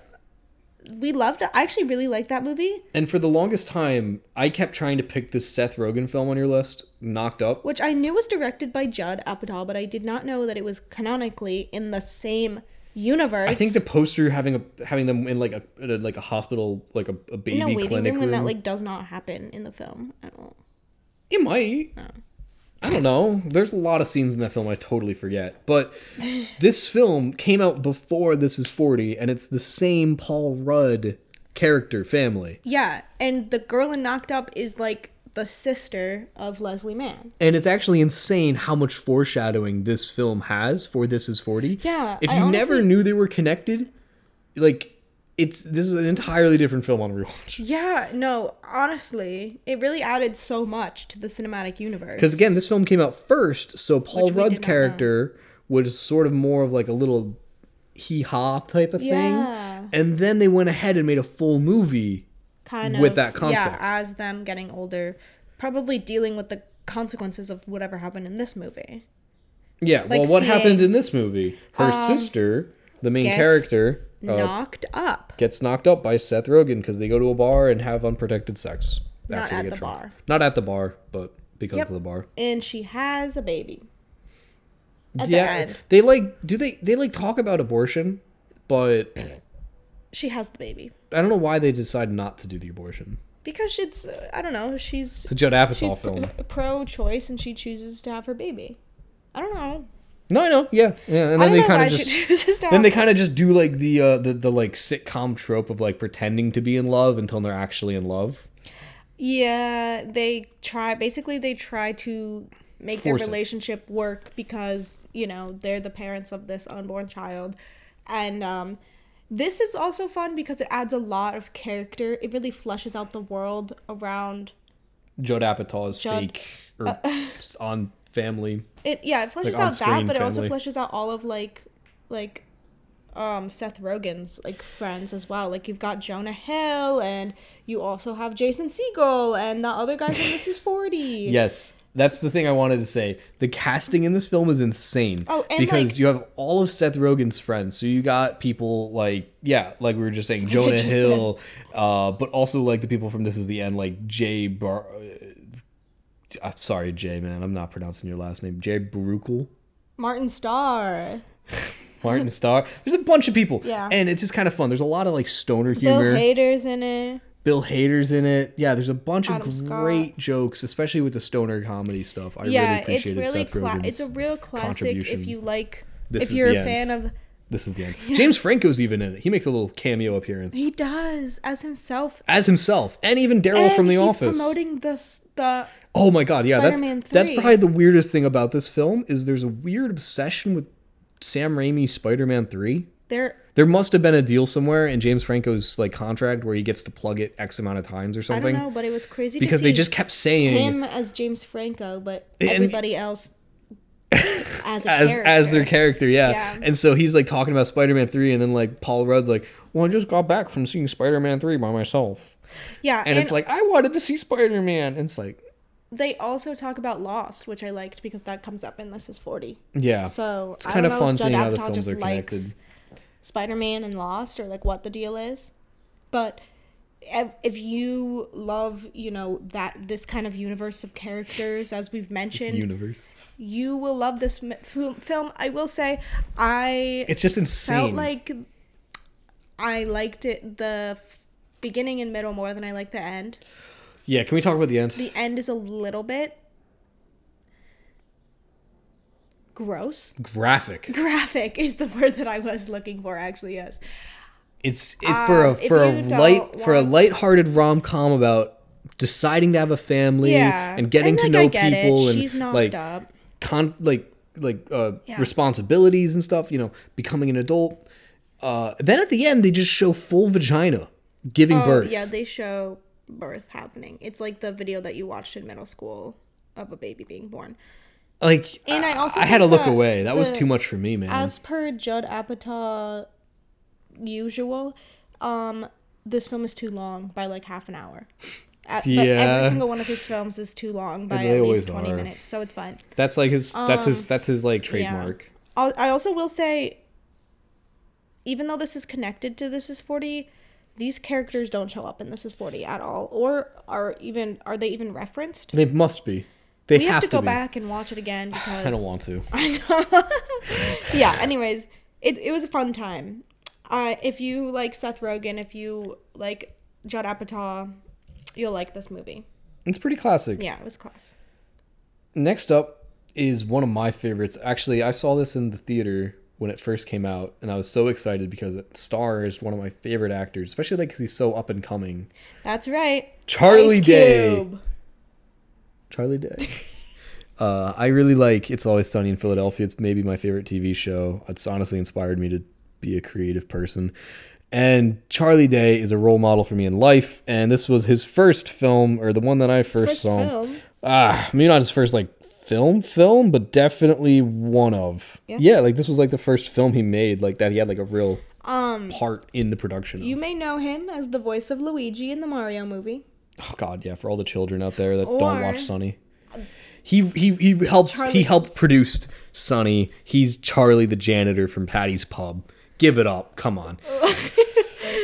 [SPEAKER 5] we loved. I actually really liked that movie,
[SPEAKER 4] And for the longest time, I kept trying to pick this Seth Rogen film on your list, Knocked Up.
[SPEAKER 5] which I knew was directed by Judd Apatow, but I did not know that it was canonically in the same universe.
[SPEAKER 4] I think the poster having a having them in like a in a- like a hospital like a, a
[SPEAKER 5] in a
[SPEAKER 4] baby
[SPEAKER 5] waiting
[SPEAKER 4] clinic
[SPEAKER 5] room,
[SPEAKER 4] room.
[SPEAKER 5] when that like does not happen in the film at all.
[SPEAKER 4] it might.
[SPEAKER 5] Oh.
[SPEAKER 4] I don't know. There's a lot of scenes in that film I totally forget.
[SPEAKER 5] [LAUGHS]
[SPEAKER 4] But this film came out before This Is 40 and it's the same Paul Rudd character family.
[SPEAKER 5] Yeah, and the girl in Knocked Up is like the sister of Leslie Mann.
[SPEAKER 4] And it's actually insane how much foreshadowing this film has for This Is 40.
[SPEAKER 5] Yeah,
[SPEAKER 4] If
[SPEAKER 5] I
[SPEAKER 4] you never
[SPEAKER 5] honestly-
[SPEAKER 4] knew they were connected, like it's this is an entirely different film on rewatch.
[SPEAKER 5] Yeah, no, honestly, it really added so much to the cinematic universe.
[SPEAKER 4] Because again, this film came out first, so Paul
[SPEAKER 5] Which we
[SPEAKER 4] Rudd's
[SPEAKER 5] did not know.
[SPEAKER 4] character was sort of more of like a little hee ha type of
[SPEAKER 5] Yeah.
[SPEAKER 4] thing. And then they went ahead and made a full movie.
[SPEAKER 5] kind
[SPEAKER 4] with that concept.
[SPEAKER 5] yeah, as them getting older, probably dealing with the consequences of whatever happened in this movie.
[SPEAKER 4] Yeah,
[SPEAKER 5] Like
[SPEAKER 4] well, what happened
[SPEAKER 5] seeing,
[SPEAKER 4] in this movie? Her sister, the main
[SPEAKER 5] gets
[SPEAKER 4] character, uh,
[SPEAKER 5] Knocked up.
[SPEAKER 4] gets knocked up by Seth Rogen because they go to a bar and have unprotected sex.
[SPEAKER 5] Not
[SPEAKER 4] after they
[SPEAKER 5] at
[SPEAKER 4] get
[SPEAKER 5] the
[SPEAKER 4] drunk.
[SPEAKER 5] bar.
[SPEAKER 4] Not at the bar, but because
[SPEAKER 5] Yep.
[SPEAKER 4] of the bar.
[SPEAKER 5] And she has a baby. At
[SPEAKER 4] yeah,
[SPEAKER 5] the end.
[SPEAKER 4] they like do they they like talk about abortion, but [CLEARS THROAT]
[SPEAKER 5] She has the baby.
[SPEAKER 4] I don't know why they decide not to do the abortion.
[SPEAKER 5] Because it's, uh, I don't know, she's
[SPEAKER 4] It's a Judd Apatow
[SPEAKER 5] she's
[SPEAKER 4] film.
[SPEAKER 5] pro choice and she chooses to have her baby. I don't know.
[SPEAKER 4] No, I know. Yeah, yeah. And then
[SPEAKER 5] I don't
[SPEAKER 4] they
[SPEAKER 5] know
[SPEAKER 4] kind
[SPEAKER 5] why
[SPEAKER 4] of just
[SPEAKER 5] she [LAUGHS] chooses to
[SPEAKER 4] then
[SPEAKER 5] have
[SPEAKER 4] they kind of just do like the uh, the the like sitcom trope of like pretending to be in love until they're actually in love.
[SPEAKER 5] Yeah, they try basically they try to make
[SPEAKER 4] Force it.
[SPEAKER 5] their relationship work because, you know, they're the parents of this unborn child. And um this is also fun because it adds a lot of character. It really fleshes out the world around
[SPEAKER 4] Judd Apatow is
[SPEAKER 5] Judd- uh,
[SPEAKER 4] fake or s- [LAUGHS] on Family.
[SPEAKER 5] it yeah, it fleshes
[SPEAKER 4] Like,
[SPEAKER 5] out
[SPEAKER 4] on-screen
[SPEAKER 5] that, but it also
[SPEAKER 4] family.
[SPEAKER 5] fleshes out all of like like um Seth Rogen's like friends as well. Like you've got Jonah Hill and you also have Jason Segel and the other guy from This
[SPEAKER 4] [LAUGHS]
[SPEAKER 5] Is 40.
[SPEAKER 4] Yes, that's the thing I wanted to say. The casting in this film is insane.
[SPEAKER 5] Oh, and,
[SPEAKER 4] because
[SPEAKER 5] like-
[SPEAKER 4] you have all of Seth Rogen's friends. So you got people like yeah, like we were just saying, Jonah
[SPEAKER 5] just
[SPEAKER 4] Hill, uh, but also like the people from This Is the End, like Jay Bar. uh, I'm sorry, Jay, man. I'm not pronouncing your last name. Jay Baruchel.
[SPEAKER 5] Martin Starr. [LAUGHS]
[SPEAKER 4] Martin Starr. There's a bunch of people.
[SPEAKER 5] Yeah.
[SPEAKER 4] And it's just kind of fun. There's a lot of like stoner
[SPEAKER 5] Bill
[SPEAKER 4] humor.
[SPEAKER 5] Hader's in it.
[SPEAKER 4] Bill Hader's in it. Yeah, there's a bunch
[SPEAKER 5] Adam
[SPEAKER 4] of
[SPEAKER 5] Scott.
[SPEAKER 4] great jokes, especially with the stoner comedy stuff. I really
[SPEAKER 5] yeah, it's
[SPEAKER 4] appreciated
[SPEAKER 5] really
[SPEAKER 4] Seth
[SPEAKER 5] cla-
[SPEAKER 4] Rogen's.
[SPEAKER 5] it's a real classic.
[SPEAKER 4] contribution.
[SPEAKER 5] If you like,
[SPEAKER 4] This
[SPEAKER 5] if
[SPEAKER 4] is
[SPEAKER 5] you're a
[SPEAKER 4] the end.
[SPEAKER 5] fan of,
[SPEAKER 4] This is the end. James Franco's even in it. He makes a little cameo appearance
[SPEAKER 5] he does as himself.
[SPEAKER 4] as himself, and even Daryl Oh, from
[SPEAKER 5] and
[SPEAKER 4] The
[SPEAKER 5] he's
[SPEAKER 4] Office.
[SPEAKER 5] promoting the s- the
[SPEAKER 4] oh my god, yeah,
[SPEAKER 5] Spider-Man
[SPEAKER 4] that's that's
[SPEAKER 5] 3.
[SPEAKER 4] probably the weirdest thing about this film is there's a weird obsession with Sam Raimi's Spider-Man Three.
[SPEAKER 5] their.
[SPEAKER 4] There must have been a deal somewhere in James Franco's like contract where he gets to plug it X amount of times or
[SPEAKER 5] I don't
[SPEAKER 4] something.
[SPEAKER 5] know, but it was crazy to
[SPEAKER 4] because
[SPEAKER 5] see
[SPEAKER 4] they just kept saying
[SPEAKER 5] him as James Franco, but
[SPEAKER 4] And-
[SPEAKER 5] everybody
[SPEAKER 4] [LAUGHS]
[SPEAKER 5] else as a
[SPEAKER 4] as
[SPEAKER 5] character.
[SPEAKER 4] as their character, yeah.
[SPEAKER 5] Yeah.
[SPEAKER 4] And so he's like talking about Spider-Man three, and then like Paul Rudd's like, "Well, I just got back from seeing Spider-Man three by myself,"
[SPEAKER 5] yeah,
[SPEAKER 4] and, it's like, "I wanted to see Spider-Man," and it's like,
[SPEAKER 5] they also talk about Lost, which I liked because that comes up in This Is Forty.
[SPEAKER 4] yeah,
[SPEAKER 5] So
[SPEAKER 4] it's
[SPEAKER 5] I
[SPEAKER 4] kind of
[SPEAKER 5] don't know
[SPEAKER 4] fun
[SPEAKER 5] if Judd
[SPEAKER 4] seeing how the
[SPEAKER 5] Apatow
[SPEAKER 4] films
[SPEAKER 5] just
[SPEAKER 4] are
[SPEAKER 5] likes
[SPEAKER 4] connected.
[SPEAKER 5] Spider-Man and Lost, or like what the deal is. But if if you love, you know that this kind of universe of characters, as we've mentioned,
[SPEAKER 4] Universe,
[SPEAKER 5] you will love this mi- fil- film. I will say, I
[SPEAKER 4] it's just insane.
[SPEAKER 5] felt like I liked it the f- beginning and middle more than I liked the end.
[SPEAKER 4] yeah, can we talk about the end?
[SPEAKER 5] The end is a little bit gross. [LAUGHS]
[SPEAKER 4] Graphic.
[SPEAKER 5] Graphic is the word that I was looking for. Actually, yes.
[SPEAKER 4] It's it's for a
[SPEAKER 5] Um, if
[SPEAKER 4] for a
[SPEAKER 5] you don't
[SPEAKER 4] light for a
[SPEAKER 5] want-
[SPEAKER 4] lighthearted rom com about deciding to have a family
[SPEAKER 5] Yeah,
[SPEAKER 4] and getting to
[SPEAKER 5] like,
[SPEAKER 4] know
[SPEAKER 5] I get it.
[SPEAKER 4] people and
[SPEAKER 5] She's knocked
[SPEAKER 4] like
[SPEAKER 5] up.
[SPEAKER 4] con like like uh
[SPEAKER 5] Yeah.
[SPEAKER 4] responsibilities and stuff you know becoming an adult uh then at the end they just show full vagina giving
[SPEAKER 5] Oh,
[SPEAKER 4] birth
[SPEAKER 5] yeah, they show birth happening. It's like the video that you watched in middle school of a baby being born.
[SPEAKER 4] like
[SPEAKER 5] And I also
[SPEAKER 4] i had to
[SPEAKER 5] think
[SPEAKER 4] look
[SPEAKER 5] that
[SPEAKER 4] away that was
[SPEAKER 5] the-
[SPEAKER 4] too much for me man
[SPEAKER 5] As per Judd Apatow usual, um, this film is too long by like half an hour. At, But
[SPEAKER 4] Yeah.
[SPEAKER 5] every single one of his films is too long by
[SPEAKER 4] They
[SPEAKER 5] at
[SPEAKER 4] always
[SPEAKER 5] least 20
[SPEAKER 4] are.
[SPEAKER 5] minutes, so it's fine.
[SPEAKER 4] that's like his that's
[SPEAKER 5] um,
[SPEAKER 4] his that's his like trademark
[SPEAKER 5] I'll, I also will say, even though this is connected to This Is 40, these characters don't show up in this is 40 at all or are even are they even referenced
[SPEAKER 4] They must be. They
[SPEAKER 5] we
[SPEAKER 4] have,
[SPEAKER 5] have to go
[SPEAKER 4] be.
[SPEAKER 5] back and watch it again because
[SPEAKER 4] [SIGHS] I don't want to.
[SPEAKER 5] [LAUGHS] yeah anyways it, it was a fun time uh, if you like seth rogen if you like judd apatow you'll like this movie
[SPEAKER 4] It's pretty classic.
[SPEAKER 5] yeah it was class
[SPEAKER 4] Next up is one of my favorites. Actually, I saw this in the theater when it first came out, and I was so excited because it stars one of my favorite actors, especially like because he's so up and coming.
[SPEAKER 5] that's right
[SPEAKER 4] Charlie
[SPEAKER 5] Ice
[SPEAKER 4] Day.
[SPEAKER 5] Cube.
[SPEAKER 4] Charlie Day. [LAUGHS] uh, I really like It's Always Sunny in Philadelphia. It's maybe my favorite TV show. It's honestly inspired me to be a creative person. And Charlie Day is a role model for me in life. And this was his first film, or the one that I first
[SPEAKER 5] first
[SPEAKER 4] saw.
[SPEAKER 5] film
[SPEAKER 4] Ah, maybe not his first like film film, but definitely one of.
[SPEAKER 5] Yeah.
[SPEAKER 4] Yeah, like this was like the first film he made, like that he had like a real part in the production. Of.
[SPEAKER 5] Um, you may know him as the voice of luigi in the mario movie
[SPEAKER 4] oh God, yeah, for all the children out there that
[SPEAKER 5] Or-
[SPEAKER 4] don't watch Sunny. He he he helps he
[SPEAKER 5] Charlie-
[SPEAKER 4] helped produce Sonny. He's Charlie the janitor from Patty's Pub. Give it up, come
[SPEAKER 5] [LAUGHS]
[SPEAKER 4] on.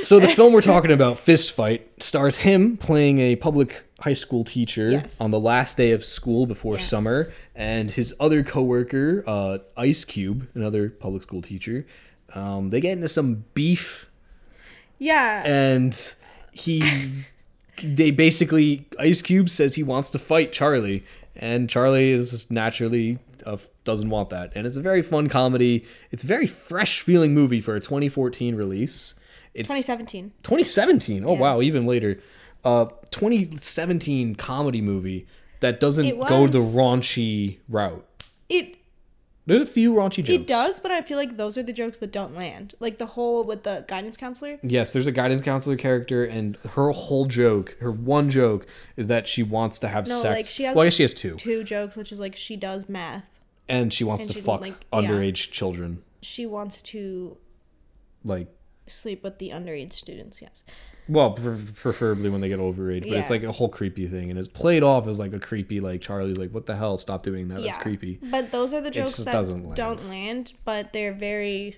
[SPEAKER 4] so the film we're talking about, Fist Fight, stars him playing a public high school teacher
[SPEAKER 5] Yes.
[SPEAKER 4] on the last day of school before
[SPEAKER 5] Yes.
[SPEAKER 4] summer, and his other coworker, uh, Ice Cube, another public school teacher. Um, they get into some beef
[SPEAKER 5] yeah
[SPEAKER 4] and he they basically ice cube says he wants to fight charlie and charlie is just naturally uh, doesn't want that and it's a very fun comedy it's a very fresh feeling movie for a 2014 release it's
[SPEAKER 5] 2017
[SPEAKER 4] 2017 oh
[SPEAKER 5] Yeah.
[SPEAKER 4] wow even later uh 2017 comedy movie that doesn't
[SPEAKER 5] It
[SPEAKER 4] go the
[SPEAKER 5] was.
[SPEAKER 4] raunchy route
[SPEAKER 5] it
[SPEAKER 4] there's a few raunchy jokes
[SPEAKER 5] It does, but I feel like those are the jokes that don't land. Like the whole with the guidance counselor.
[SPEAKER 4] Yes, there's a guidance counselor character, and her whole joke, her one joke, is that she wants to have
[SPEAKER 5] No,
[SPEAKER 4] sex.
[SPEAKER 5] like, she has
[SPEAKER 4] well, I guess she has two,
[SPEAKER 5] Two jokes, which is like she does math.
[SPEAKER 4] and she wants
[SPEAKER 5] and
[SPEAKER 4] to
[SPEAKER 5] she,
[SPEAKER 4] fuck
[SPEAKER 5] like, yeah.
[SPEAKER 4] underage children.
[SPEAKER 5] She wants to
[SPEAKER 4] Like,
[SPEAKER 5] sleep with the underage students. Yes.
[SPEAKER 4] well, pre- preferably when they get overage, but it's
[SPEAKER 5] Yeah.
[SPEAKER 4] like a whole creepy thing, and it's played off as like a creepy, like Charlie's like, "What the hell? Stop doing that. That's
[SPEAKER 5] yeah.
[SPEAKER 4] creepy."
[SPEAKER 5] But those are the jokes
[SPEAKER 4] just
[SPEAKER 5] that
[SPEAKER 4] doesn't land.
[SPEAKER 5] don't land, but they're very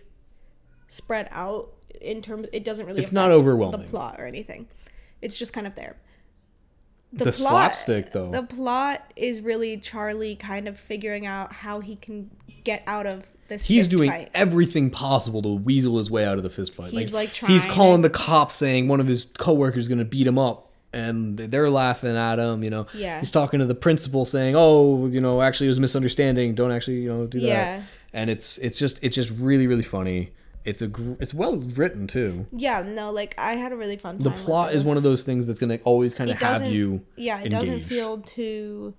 [SPEAKER 5] spread out in terms. It doesn't really.
[SPEAKER 4] It's
[SPEAKER 5] affect
[SPEAKER 4] not
[SPEAKER 5] The
[SPEAKER 4] overwhelming.
[SPEAKER 5] plot or anything. It's just kind of there.
[SPEAKER 4] The slapstick, though.
[SPEAKER 5] The plot is really Charlie kind of figuring out how he can get out of this.
[SPEAKER 4] He's
[SPEAKER 5] fist
[SPEAKER 4] doing
[SPEAKER 5] fight.
[SPEAKER 4] everything possible to weasel his way out of the fist fight.
[SPEAKER 5] He's, like,
[SPEAKER 4] he's
[SPEAKER 5] trying
[SPEAKER 4] calling
[SPEAKER 5] and-
[SPEAKER 4] the cops, saying one of his coworkers going to beat him up, and they're laughing at him. You know,
[SPEAKER 5] Yeah.
[SPEAKER 4] He's talking to the principal, saying, "Oh, you know, actually it was a misunderstanding. Don't actually, you know, do that."
[SPEAKER 5] Yeah.
[SPEAKER 4] And it's it's just it's just really really funny. It's a gr- it's well written too.
[SPEAKER 5] Yeah, no, like I had a really fun time.
[SPEAKER 4] The
[SPEAKER 5] with
[SPEAKER 4] plot is
[SPEAKER 5] this.
[SPEAKER 4] one of those things that's going to always kind of
[SPEAKER 5] It
[SPEAKER 4] have
[SPEAKER 5] doesn't-
[SPEAKER 4] you.
[SPEAKER 5] Yeah, it doesn't
[SPEAKER 4] engaged.
[SPEAKER 5] feel too,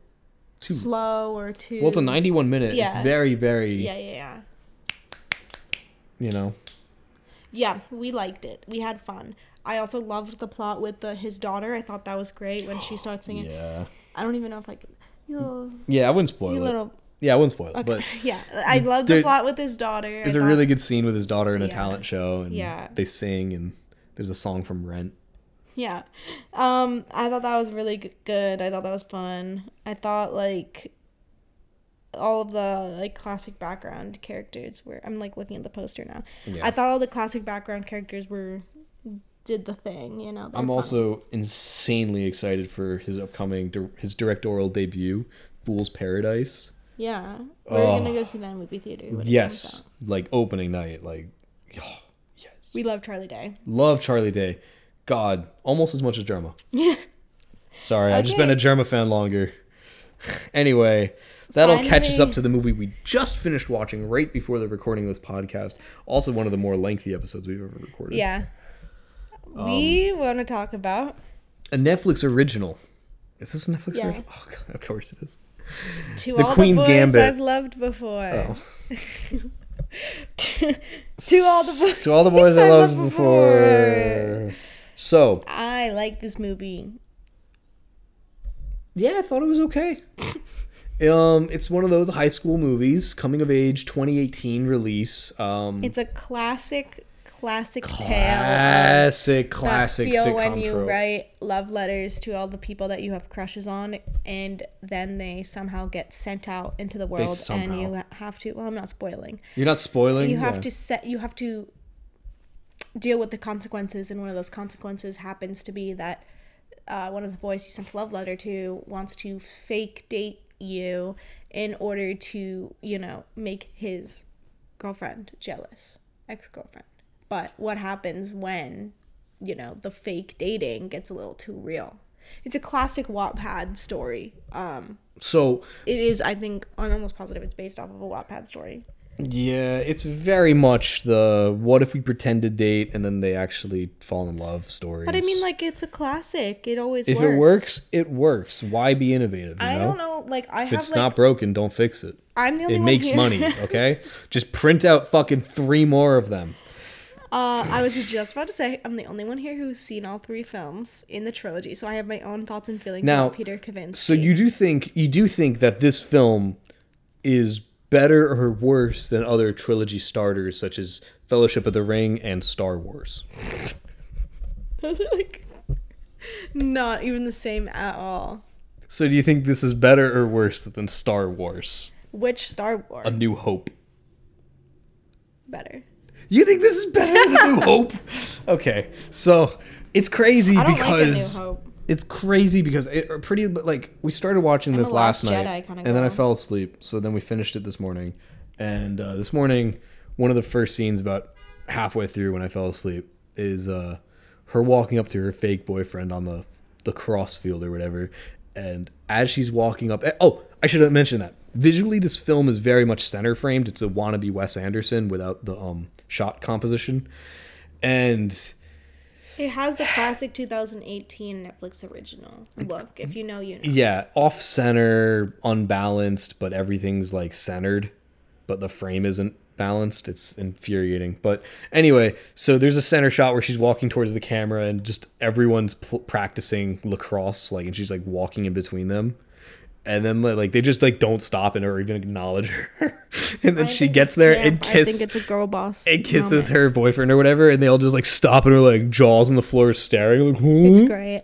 [SPEAKER 4] Too-
[SPEAKER 5] slow or too.
[SPEAKER 4] Well, it's a 91 minute.
[SPEAKER 5] Yeah.
[SPEAKER 4] It's very very
[SPEAKER 5] Yeah, yeah, yeah.
[SPEAKER 4] you know.
[SPEAKER 5] Yeah, we liked it. We had fun. I also loved the plot with the, his daughter. I thought that was great when she
[SPEAKER 4] [GASPS]
[SPEAKER 5] starts singing.
[SPEAKER 4] Yeah.
[SPEAKER 5] I don't even know if I could. You,
[SPEAKER 4] Yeah, I wouldn't spoil
[SPEAKER 5] you
[SPEAKER 4] it.
[SPEAKER 5] little.
[SPEAKER 4] yeah, I wouldn't spoil it, but
[SPEAKER 5] [LAUGHS] Yeah, I loved
[SPEAKER 4] there-
[SPEAKER 5] the plot with his daughter. I
[SPEAKER 4] There's a
[SPEAKER 5] thought-
[SPEAKER 4] really good scene with his daughter in a
[SPEAKER 5] Yeah.
[SPEAKER 4] talent show, and
[SPEAKER 5] Yeah.
[SPEAKER 4] they sing, and there's a song from Rent.
[SPEAKER 5] [LAUGHS] Yeah. Um, I thought that was really g- good. I thought that was fun. I thought like all of the like classic background characters were I'm like looking at the poster now.
[SPEAKER 4] Yeah.
[SPEAKER 5] I thought all the classic background characters were did the thing, you know. they were
[SPEAKER 4] I'm
[SPEAKER 5] fun.
[SPEAKER 4] also insanely excited for his upcoming dir- his directorial debut, Fool's Paradise.
[SPEAKER 5] Yeah. We're gonna go see that in movie theater. when it comes
[SPEAKER 4] Oh. Yes,
[SPEAKER 5] out.
[SPEAKER 4] like opening night. Like, yes,
[SPEAKER 5] We love Charlie Day.
[SPEAKER 4] love Charlie Day. God, almost as much as Germa.
[SPEAKER 5] Yeah.
[SPEAKER 4] Sorry, I've just been a Germa fan longer. [LAUGHS] anyway, that'll catch us up
[SPEAKER 5] Finally.
[SPEAKER 4] to the movie we just finished watching right before the recording of this podcast. Also, one of the more lengthy episodes we've ever recorded.
[SPEAKER 5] [LAUGHS] Yeah.
[SPEAKER 4] Um,
[SPEAKER 5] we wanna talk about
[SPEAKER 4] a Netflix original. Is this a Netflix
[SPEAKER 5] Yeah.
[SPEAKER 4] original? Oh, God, of course it is.
[SPEAKER 5] to
[SPEAKER 4] The
[SPEAKER 5] all
[SPEAKER 4] Queen's
[SPEAKER 5] the boys
[SPEAKER 4] Gambit.
[SPEAKER 5] I've loved before.
[SPEAKER 4] Oh.
[SPEAKER 5] [LAUGHS] to all the
[SPEAKER 4] [LAUGHS]
[SPEAKER 5] boys
[SPEAKER 4] to all the boys I
[SPEAKER 5] I
[SPEAKER 4] loved
[SPEAKER 5] loved
[SPEAKER 4] before. So
[SPEAKER 5] I like this movie.
[SPEAKER 4] yeah, I thought it was okay. um, it's one of those high school movies, coming of age, 2018 release. Um,
[SPEAKER 5] It's a classic, classic tale. of
[SPEAKER 4] classic,
[SPEAKER 5] that
[SPEAKER 4] classic
[SPEAKER 5] feel
[SPEAKER 4] sitcom
[SPEAKER 5] when you
[SPEAKER 4] trope.
[SPEAKER 5] write love letters to all the people that you have crushes on, and then they somehow get sent out into the world, and
[SPEAKER 4] somehow.
[SPEAKER 5] you have to. Well, I'm not spoiling.
[SPEAKER 4] You're not spoiling.
[SPEAKER 5] You have
[SPEAKER 4] yeah.
[SPEAKER 5] to set. You have to deal with the consequences, and one of those consequences happens to be that uh, one of the boys you sent a love letter to wants to fake date you in order to, you know, make his girlfriend jealous, ex girlfriend. But what happens when, you know, the fake dating gets a little too real? It's a classic Wattpad story. Um,
[SPEAKER 4] So
[SPEAKER 5] it is, I think, I'm almost positive it's based off of a Wattpad story.
[SPEAKER 4] yeah, it's very much the what if we pretend to date and then they actually fall in love story.
[SPEAKER 5] But I mean, like, it's a classic. It always
[SPEAKER 4] if
[SPEAKER 5] works.
[SPEAKER 4] it works, it works. Why be innovative? You
[SPEAKER 5] I
[SPEAKER 4] know?
[SPEAKER 5] don't know. Like, I
[SPEAKER 4] If
[SPEAKER 5] have
[SPEAKER 4] it's
[SPEAKER 5] like,
[SPEAKER 4] not broken, don't fix it.
[SPEAKER 5] I'm the only
[SPEAKER 4] It
[SPEAKER 5] one
[SPEAKER 4] makes
[SPEAKER 5] here.
[SPEAKER 4] money, okay? [LAUGHS] Just print out fucking three more of them.
[SPEAKER 5] [LAUGHS] Uh, I was just about to say I'm the only one here who's seen all three films in the trilogy, so I have my own thoughts and feelings
[SPEAKER 4] Now,
[SPEAKER 5] about Peter Kavinsky.
[SPEAKER 4] So you do think you do think that this film is better or worse than other trilogy starters such as Fellowship of the Ring and Star Wars?
[SPEAKER 5] those are [LAUGHS] like not even the same at all.
[SPEAKER 4] So do you think this is better or worse than Star Wars?
[SPEAKER 5] Which Star Wars
[SPEAKER 4] A New Hope.
[SPEAKER 5] better?
[SPEAKER 4] You think this is better than A
[SPEAKER 5] [LAUGHS]
[SPEAKER 4] New Hope? Okay, so it's crazy
[SPEAKER 5] I don't like A New
[SPEAKER 4] because
[SPEAKER 5] Hope.
[SPEAKER 4] it's crazy because it or pretty but like we started watching this
[SPEAKER 5] a
[SPEAKER 4] last
[SPEAKER 5] Last
[SPEAKER 4] night
[SPEAKER 5] Jedi kinda
[SPEAKER 4] and then I
[SPEAKER 5] girl.
[SPEAKER 4] fell asleep. So then we finished it this morning, and uh, this morning one of the first scenes about halfway through when I fell asleep is uh, her walking up to her fake boyfriend on the the cross field or whatever, and as she's walking up, oh I should have mentioned that visually this film is very much center framed. It's a wannabe Wes Anderson without the um shot composition, and.
[SPEAKER 5] It has the classic 2018 Netflix original look. If you know, you know.
[SPEAKER 4] Yeah, off center, unbalanced, but everything's like centered, but the frame isn't balanced. It's infuriating. But anyway, so there's a center shot where she's walking towards the camera and just everyone's pl- practicing lacrosse, like, and she's like walking in between them. And then like they just like don't stop and or even acknowledge her. [LAUGHS] and then she gets there
[SPEAKER 5] Yeah,
[SPEAKER 4] and
[SPEAKER 5] I
[SPEAKER 4] kisses
[SPEAKER 5] think it's a girl boss.
[SPEAKER 4] and kisses
[SPEAKER 5] moment.
[SPEAKER 4] her boyfriend or whatever, and they all just like stop and are like jaws on the floor staring like "Hmm?" "Huh?"
[SPEAKER 5] It's great.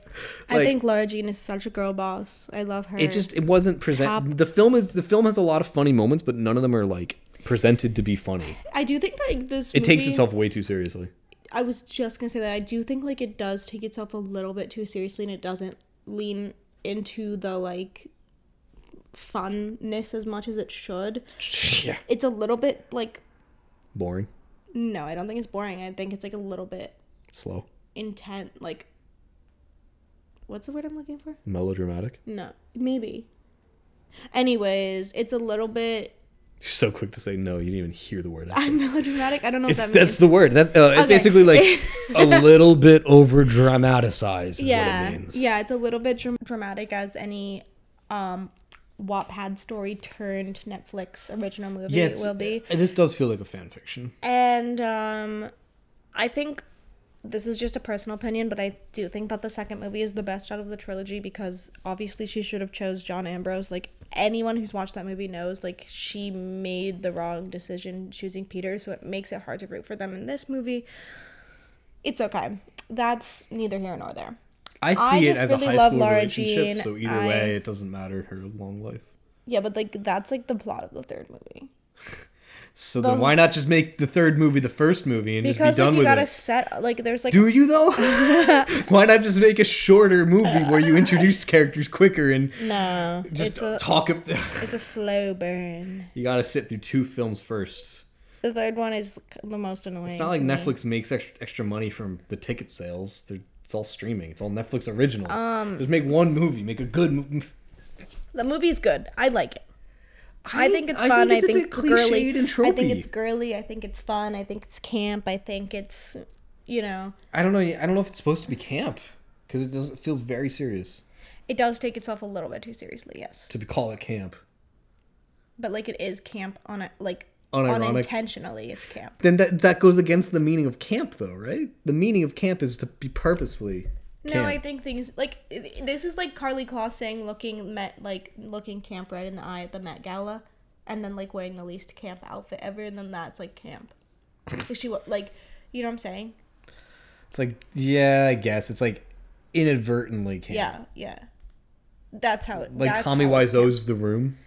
[SPEAKER 5] I
[SPEAKER 4] Like-
[SPEAKER 5] think Laura Jean is such a girl boss. I love her.
[SPEAKER 4] it just it wasn't present
[SPEAKER 5] Top.
[SPEAKER 4] the film is the film has a lot of funny moments but none of them are like presented to be funny
[SPEAKER 5] I do think like this.
[SPEAKER 4] it takes
[SPEAKER 5] movie-
[SPEAKER 4] itself way too seriously
[SPEAKER 5] I was just gonna say that I do think like it does take itself a little bit too seriously and it doesn't lean into the like funness as much as it should.
[SPEAKER 4] [LAUGHS] yeah
[SPEAKER 5] It's a little bit like
[SPEAKER 4] boring
[SPEAKER 5] no, I don't think it's boring. I think it's like a little bit
[SPEAKER 4] slow
[SPEAKER 5] intent like what's the word I'm looking for?
[SPEAKER 4] melodramatic
[SPEAKER 5] No. Maybe. Anyways, it's a little bit [LAUGHS]
[SPEAKER 4] you're so quick to say no you didn't even hear the word out.
[SPEAKER 5] I'm melodramatic. I don't know what
[SPEAKER 4] it's,
[SPEAKER 5] that means.
[SPEAKER 4] that's the word that's uh, it's
[SPEAKER 5] Okay.
[SPEAKER 4] basically
[SPEAKER 5] [LAUGHS]
[SPEAKER 4] like a little bit over dramatized is
[SPEAKER 5] yeah
[SPEAKER 4] what it means
[SPEAKER 5] yeah it's a little bit dram- dramatic as any um wattpad story turned netflix original movie
[SPEAKER 4] yeah
[SPEAKER 5] will be
[SPEAKER 4] this does feel like a fan fiction
[SPEAKER 5] and um i think this is just a personal opinion but i do think that the second movie is the best out of the trilogy because obviously she should have chose john ambrose like anyone who's watched that movie knows like she made the wrong decision choosing peter so it makes it hard to root for them in this movie it's okay that's neither here nor there
[SPEAKER 4] i see
[SPEAKER 5] I
[SPEAKER 4] it
[SPEAKER 5] just
[SPEAKER 4] as
[SPEAKER 5] really
[SPEAKER 4] a high
[SPEAKER 5] love
[SPEAKER 4] school
[SPEAKER 5] Lara
[SPEAKER 4] relationship
[SPEAKER 5] Jean.
[SPEAKER 4] so either
[SPEAKER 5] I-
[SPEAKER 4] way it doesn't matter her long life
[SPEAKER 5] Yeah, but like that's like the plot of the third movie.
[SPEAKER 4] so then why not just make the third movie the first movie and just
[SPEAKER 5] Because
[SPEAKER 4] be done
[SPEAKER 5] like you
[SPEAKER 4] with
[SPEAKER 5] gotta
[SPEAKER 4] it
[SPEAKER 5] set like there's like
[SPEAKER 4] Do you
[SPEAKER 5] [LAUGHS]
[SPEAKER 4] though? Why not just make a shorter movie where you introduce characters quicker and
[SPEAKER 5] no,
[SPEAKER 4] just
[SPEAKER 5] it's a
[SPEAKER 4] talk? ab- [LAUGHS]
[SPEAKER 5] it's a slow burn.
[SPEAKER 4] you gotta sit through two films first.
[SPEAKER 5] The third one is the most annoying.
[SPEAKER 4] It's not like Netflix makes extra, extra money from the ticket sales. They're, it's all streaming. It's all Netflix originals.
[SPEAKER 5] Um,
[SPEAKER 4] just make one movie. Make a good movie.
[SPEAKER 5] the movie's good. I like it. I, think it's
[SPEAKER 4] I
[SPEAKER 5] fun.
[SPEAKER 4] think it's a
[SPEAKER 5] I think
[SPEAKER 4] bit
[SPEAKER 5] it's girly.
[SPEAKER 4] cliched and
[SPEAKER 5] I think
[SPEAKER 4] tropey.
[SPEAKER 5] it's girly. I think it's fun. I think it's camp. I think it's you know
[SPEAKER 4] I don't know. I don't know if it's supposed to be camp because it doesn't it feels very serious
[SPEAKER 5] it does take itself a little bit too seriously. Yes,
[SPEAKER 4] to be, call it camp.
[SPEAKER 5] but like it is camp on a like
[SPEAKER 4] Unironic.
[SPEAKER 5] unintentionally. It's camp.
[SPEAKER 4] Then that that goes against the meaning of camp, though, right? The meaning of camp is to be purposefully.
[SPEAKER 5] No, I think things like i- this is like Carly Claus saying looking met like looking camp right in the eye at the Met Gala, and then like wearing the least camp outfit ever, and then that's like
[SPEAKER 4] [LAUGHS]
[SPEAKER 5] camp. like she wa- like, you know what I'm saying?
[SPEAKER 4] It's like, yeah, I guess it's like inadvertently camp.
[SPEAKER 5] Yeah, yeah. That's how it.
[SPEAKER 4] like
[SPEAKER 5] that's
[SPEAKER 4] Tommy
[SPEAKER 5] how it's camp.
[SPEAKER 4] Wiseau's The Room.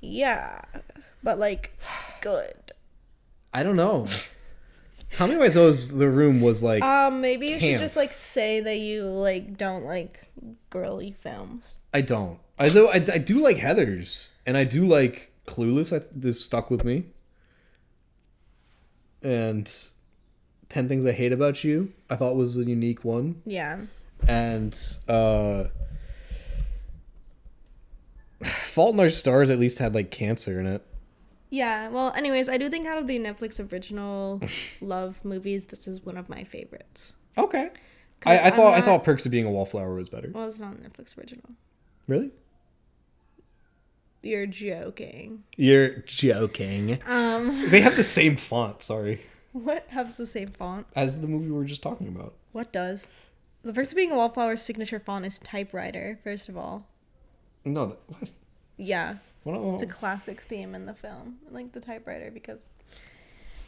[SPEAKER 5] Yeah, but like, good.
[SPEAKER 4] I don't know. Tommy Wiseau's The Room was like
[SPEAKER 5] Um, maybe you should
[SPEAKER 4] Camp.
[SPEAKER 5] just like say that you like don't like girly films.
[SPEAKER 4] I don't. I though I, I do like Heather's and I do like Clueless. I this stuck with me. And Ten Things I Hate About You, I thought was a unique one.
[SPEAKER 5] Yeah.
[SPEAKER 4] and uh [SIGHS] Fault in Our Stars at least had like cancer in it.
[SPEAKER 5] Yeah. Well, anyways, I do think out of the Netflix original love movies, this is one of my favorites.
[SPEAKER 4] Okay.
[SPEAKER 5] 'Cause
[SPEAKER 4] I, I
[SPEAKER 5] I'm
[SPEAKER 4] thought I
[SPEAKER 5] not-
[SPEAKER 4] thought Perks of Being a Wallflower was better.
[SPEAKER 5] Well, it's not a Netflix original.
[SPEAKER 4] Really?
[SPEAKER 5] You're joking.
[SPEAKER 4] You're joking.
[SPEAKER 5] Um,
[SPEAKER 4] [LAUGHS] They have the same font, sorry,
[SPEAKER 5] what has the same font?
[SPEAKER 4] as the movie we were just talking about.
[SPEAKER 5] What does? The first being a wallflower's signature font is typewriter. First of all,
[SPEAKER 4] No, that, what?
[SPEAKER 5] yeah,
[SPEAKER 4] What- what-
[SPEAKER 5] it's a classic theme in the film, like the typewriter, because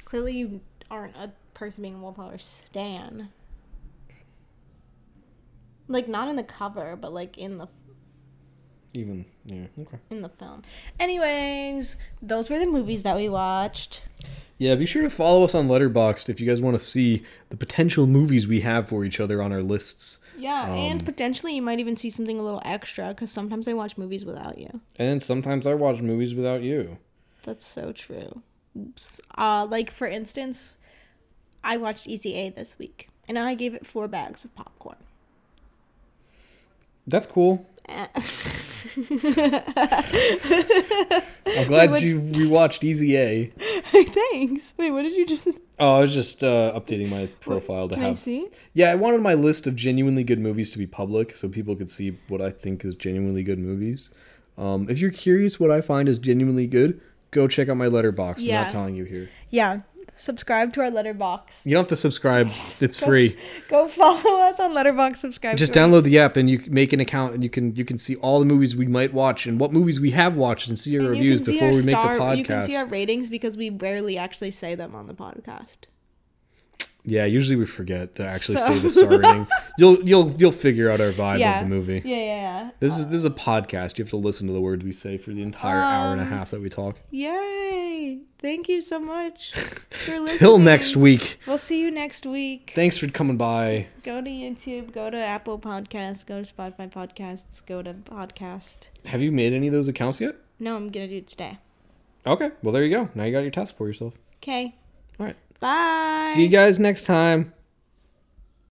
[SPEAKER 5] clearly you aren't a person being a wallflower stan. Like not in the cover, but like in the
[SPEAKER 4] even yeah. Okay.
[SPEAKER 5] in the film. Anyways, those were the movies that we watched.
[SPEAKER 4] Yeah, be sure to follow us on Letterboxd if you guys want to see the potential movies we have for each other on our lists.
[SPEAKER 5] Yeah, and
[SPEAKER 4] Um,
[SPEAKER 5] potentially you might even see something a little extra because sometimes I watch movies without you.
[SPEAKER 4] And sometimes I watch movies without you.
[SPEAKER 5] That's so true. Oops. Uh, like for instance, I watched Easy A this week, and I gave it four bags of popcorn.
[SPEAKER 4] That's cool.
[SPEAKER 5] Eh. [LAUGHS]
[SPEAKER 4] I'm glad
[SPEAKER 5] would-
[SPEAKER 4] you we watched Easy A.
[SPEAKER 5] [LAUGHS] Thanks. Wait, what did you just?
[SPEAKER 4] Oh, I was just uh, updating my profile to
[SPEAKER 5] Can I
[SPEAKER 4] have.
[SPEAKER 5] see?
[SPEAKER 4] Yeah, I wanted my list of genuinely good movies to be public so people could see what I think is genuinely good movies. Um, if you're curious what I find is genuinely good, go check out my letterbox. I'm
[SPEAKER 5] Yeah.
[SPEAKER 4] not telling you here.
[SPEAKER 5] Yeah. Subscribe to our
[SPEAKER 4] [LAUGHS]
[SPEAKER 5] letterbox.
[SPEAKER 4] You don't have to subscribe, it's free.
[SPEAKER 5] Go follow us on Letterbox. Subscribe.
[SPEAKER 4] Just
[SPEAKER 5] to our-
[SPEAKER 4] download the app and you can make an account and you can you can see all the movies we might watch and what movies we have watched and see our
[SPEAKER 5] And you
[SPEAKER 4] reviews
[SPEAKER 5] can see
[SPEAKER 4] before
[SPEAKER 5] our
[SPEAKER 4] we make the
[SPEAKER 5] star-
[SPEAKER 4] podcast.
[SPEAKER 5] You can see our ratings because we rarely actually say them on the podcast.
[SPEAKER 4] Yeah, usually we forget to actually
[SPEAKER 5] So-
[SPEAKER 4] say
[SPEAKER 5] [LAUGHS]
[SPEAKER 4] the star rating. You'll you'll you'll figure out our vibe
[SPEAKER 5] yeah.
[SPEAKER 4] of the movie.
[SPEAKER 5] Yeah, yeah,
[SPEAKER 4] This is this is a podcast. You have to listen to the words we say for the entire hour
[SPEAKER 5] Um,
[SPEAKER 4] and a half that we talk.
[SPEAKER 5] yeah. Yay! Thank you so
[SPEAKER 4] [LAUGHS]
[SPEAKER 5] much for listening.
[SPEAKER 4] Till next week.
[SPEAKER 5] We'll see you next week.
[SPEAKER 4] Thanks for coming by.
[SPEAKER 5] Go to YouTube, go to Apple Podcasts, go to Spotify Podcasts, go to Podcast.
[SPEAKER 4] Have you made any of those accounts yet?
[SPEAKER 5] No, I'm gonna do it today.
[SPEAKER 4] Okay. Well, there you go. Now you got your test for yourself.
[SPEAKER 5] Okay.
[SPEAKER 4] All right.
[SPEAKER 5] Bye.
[SPEAKER 4] See you guys next time.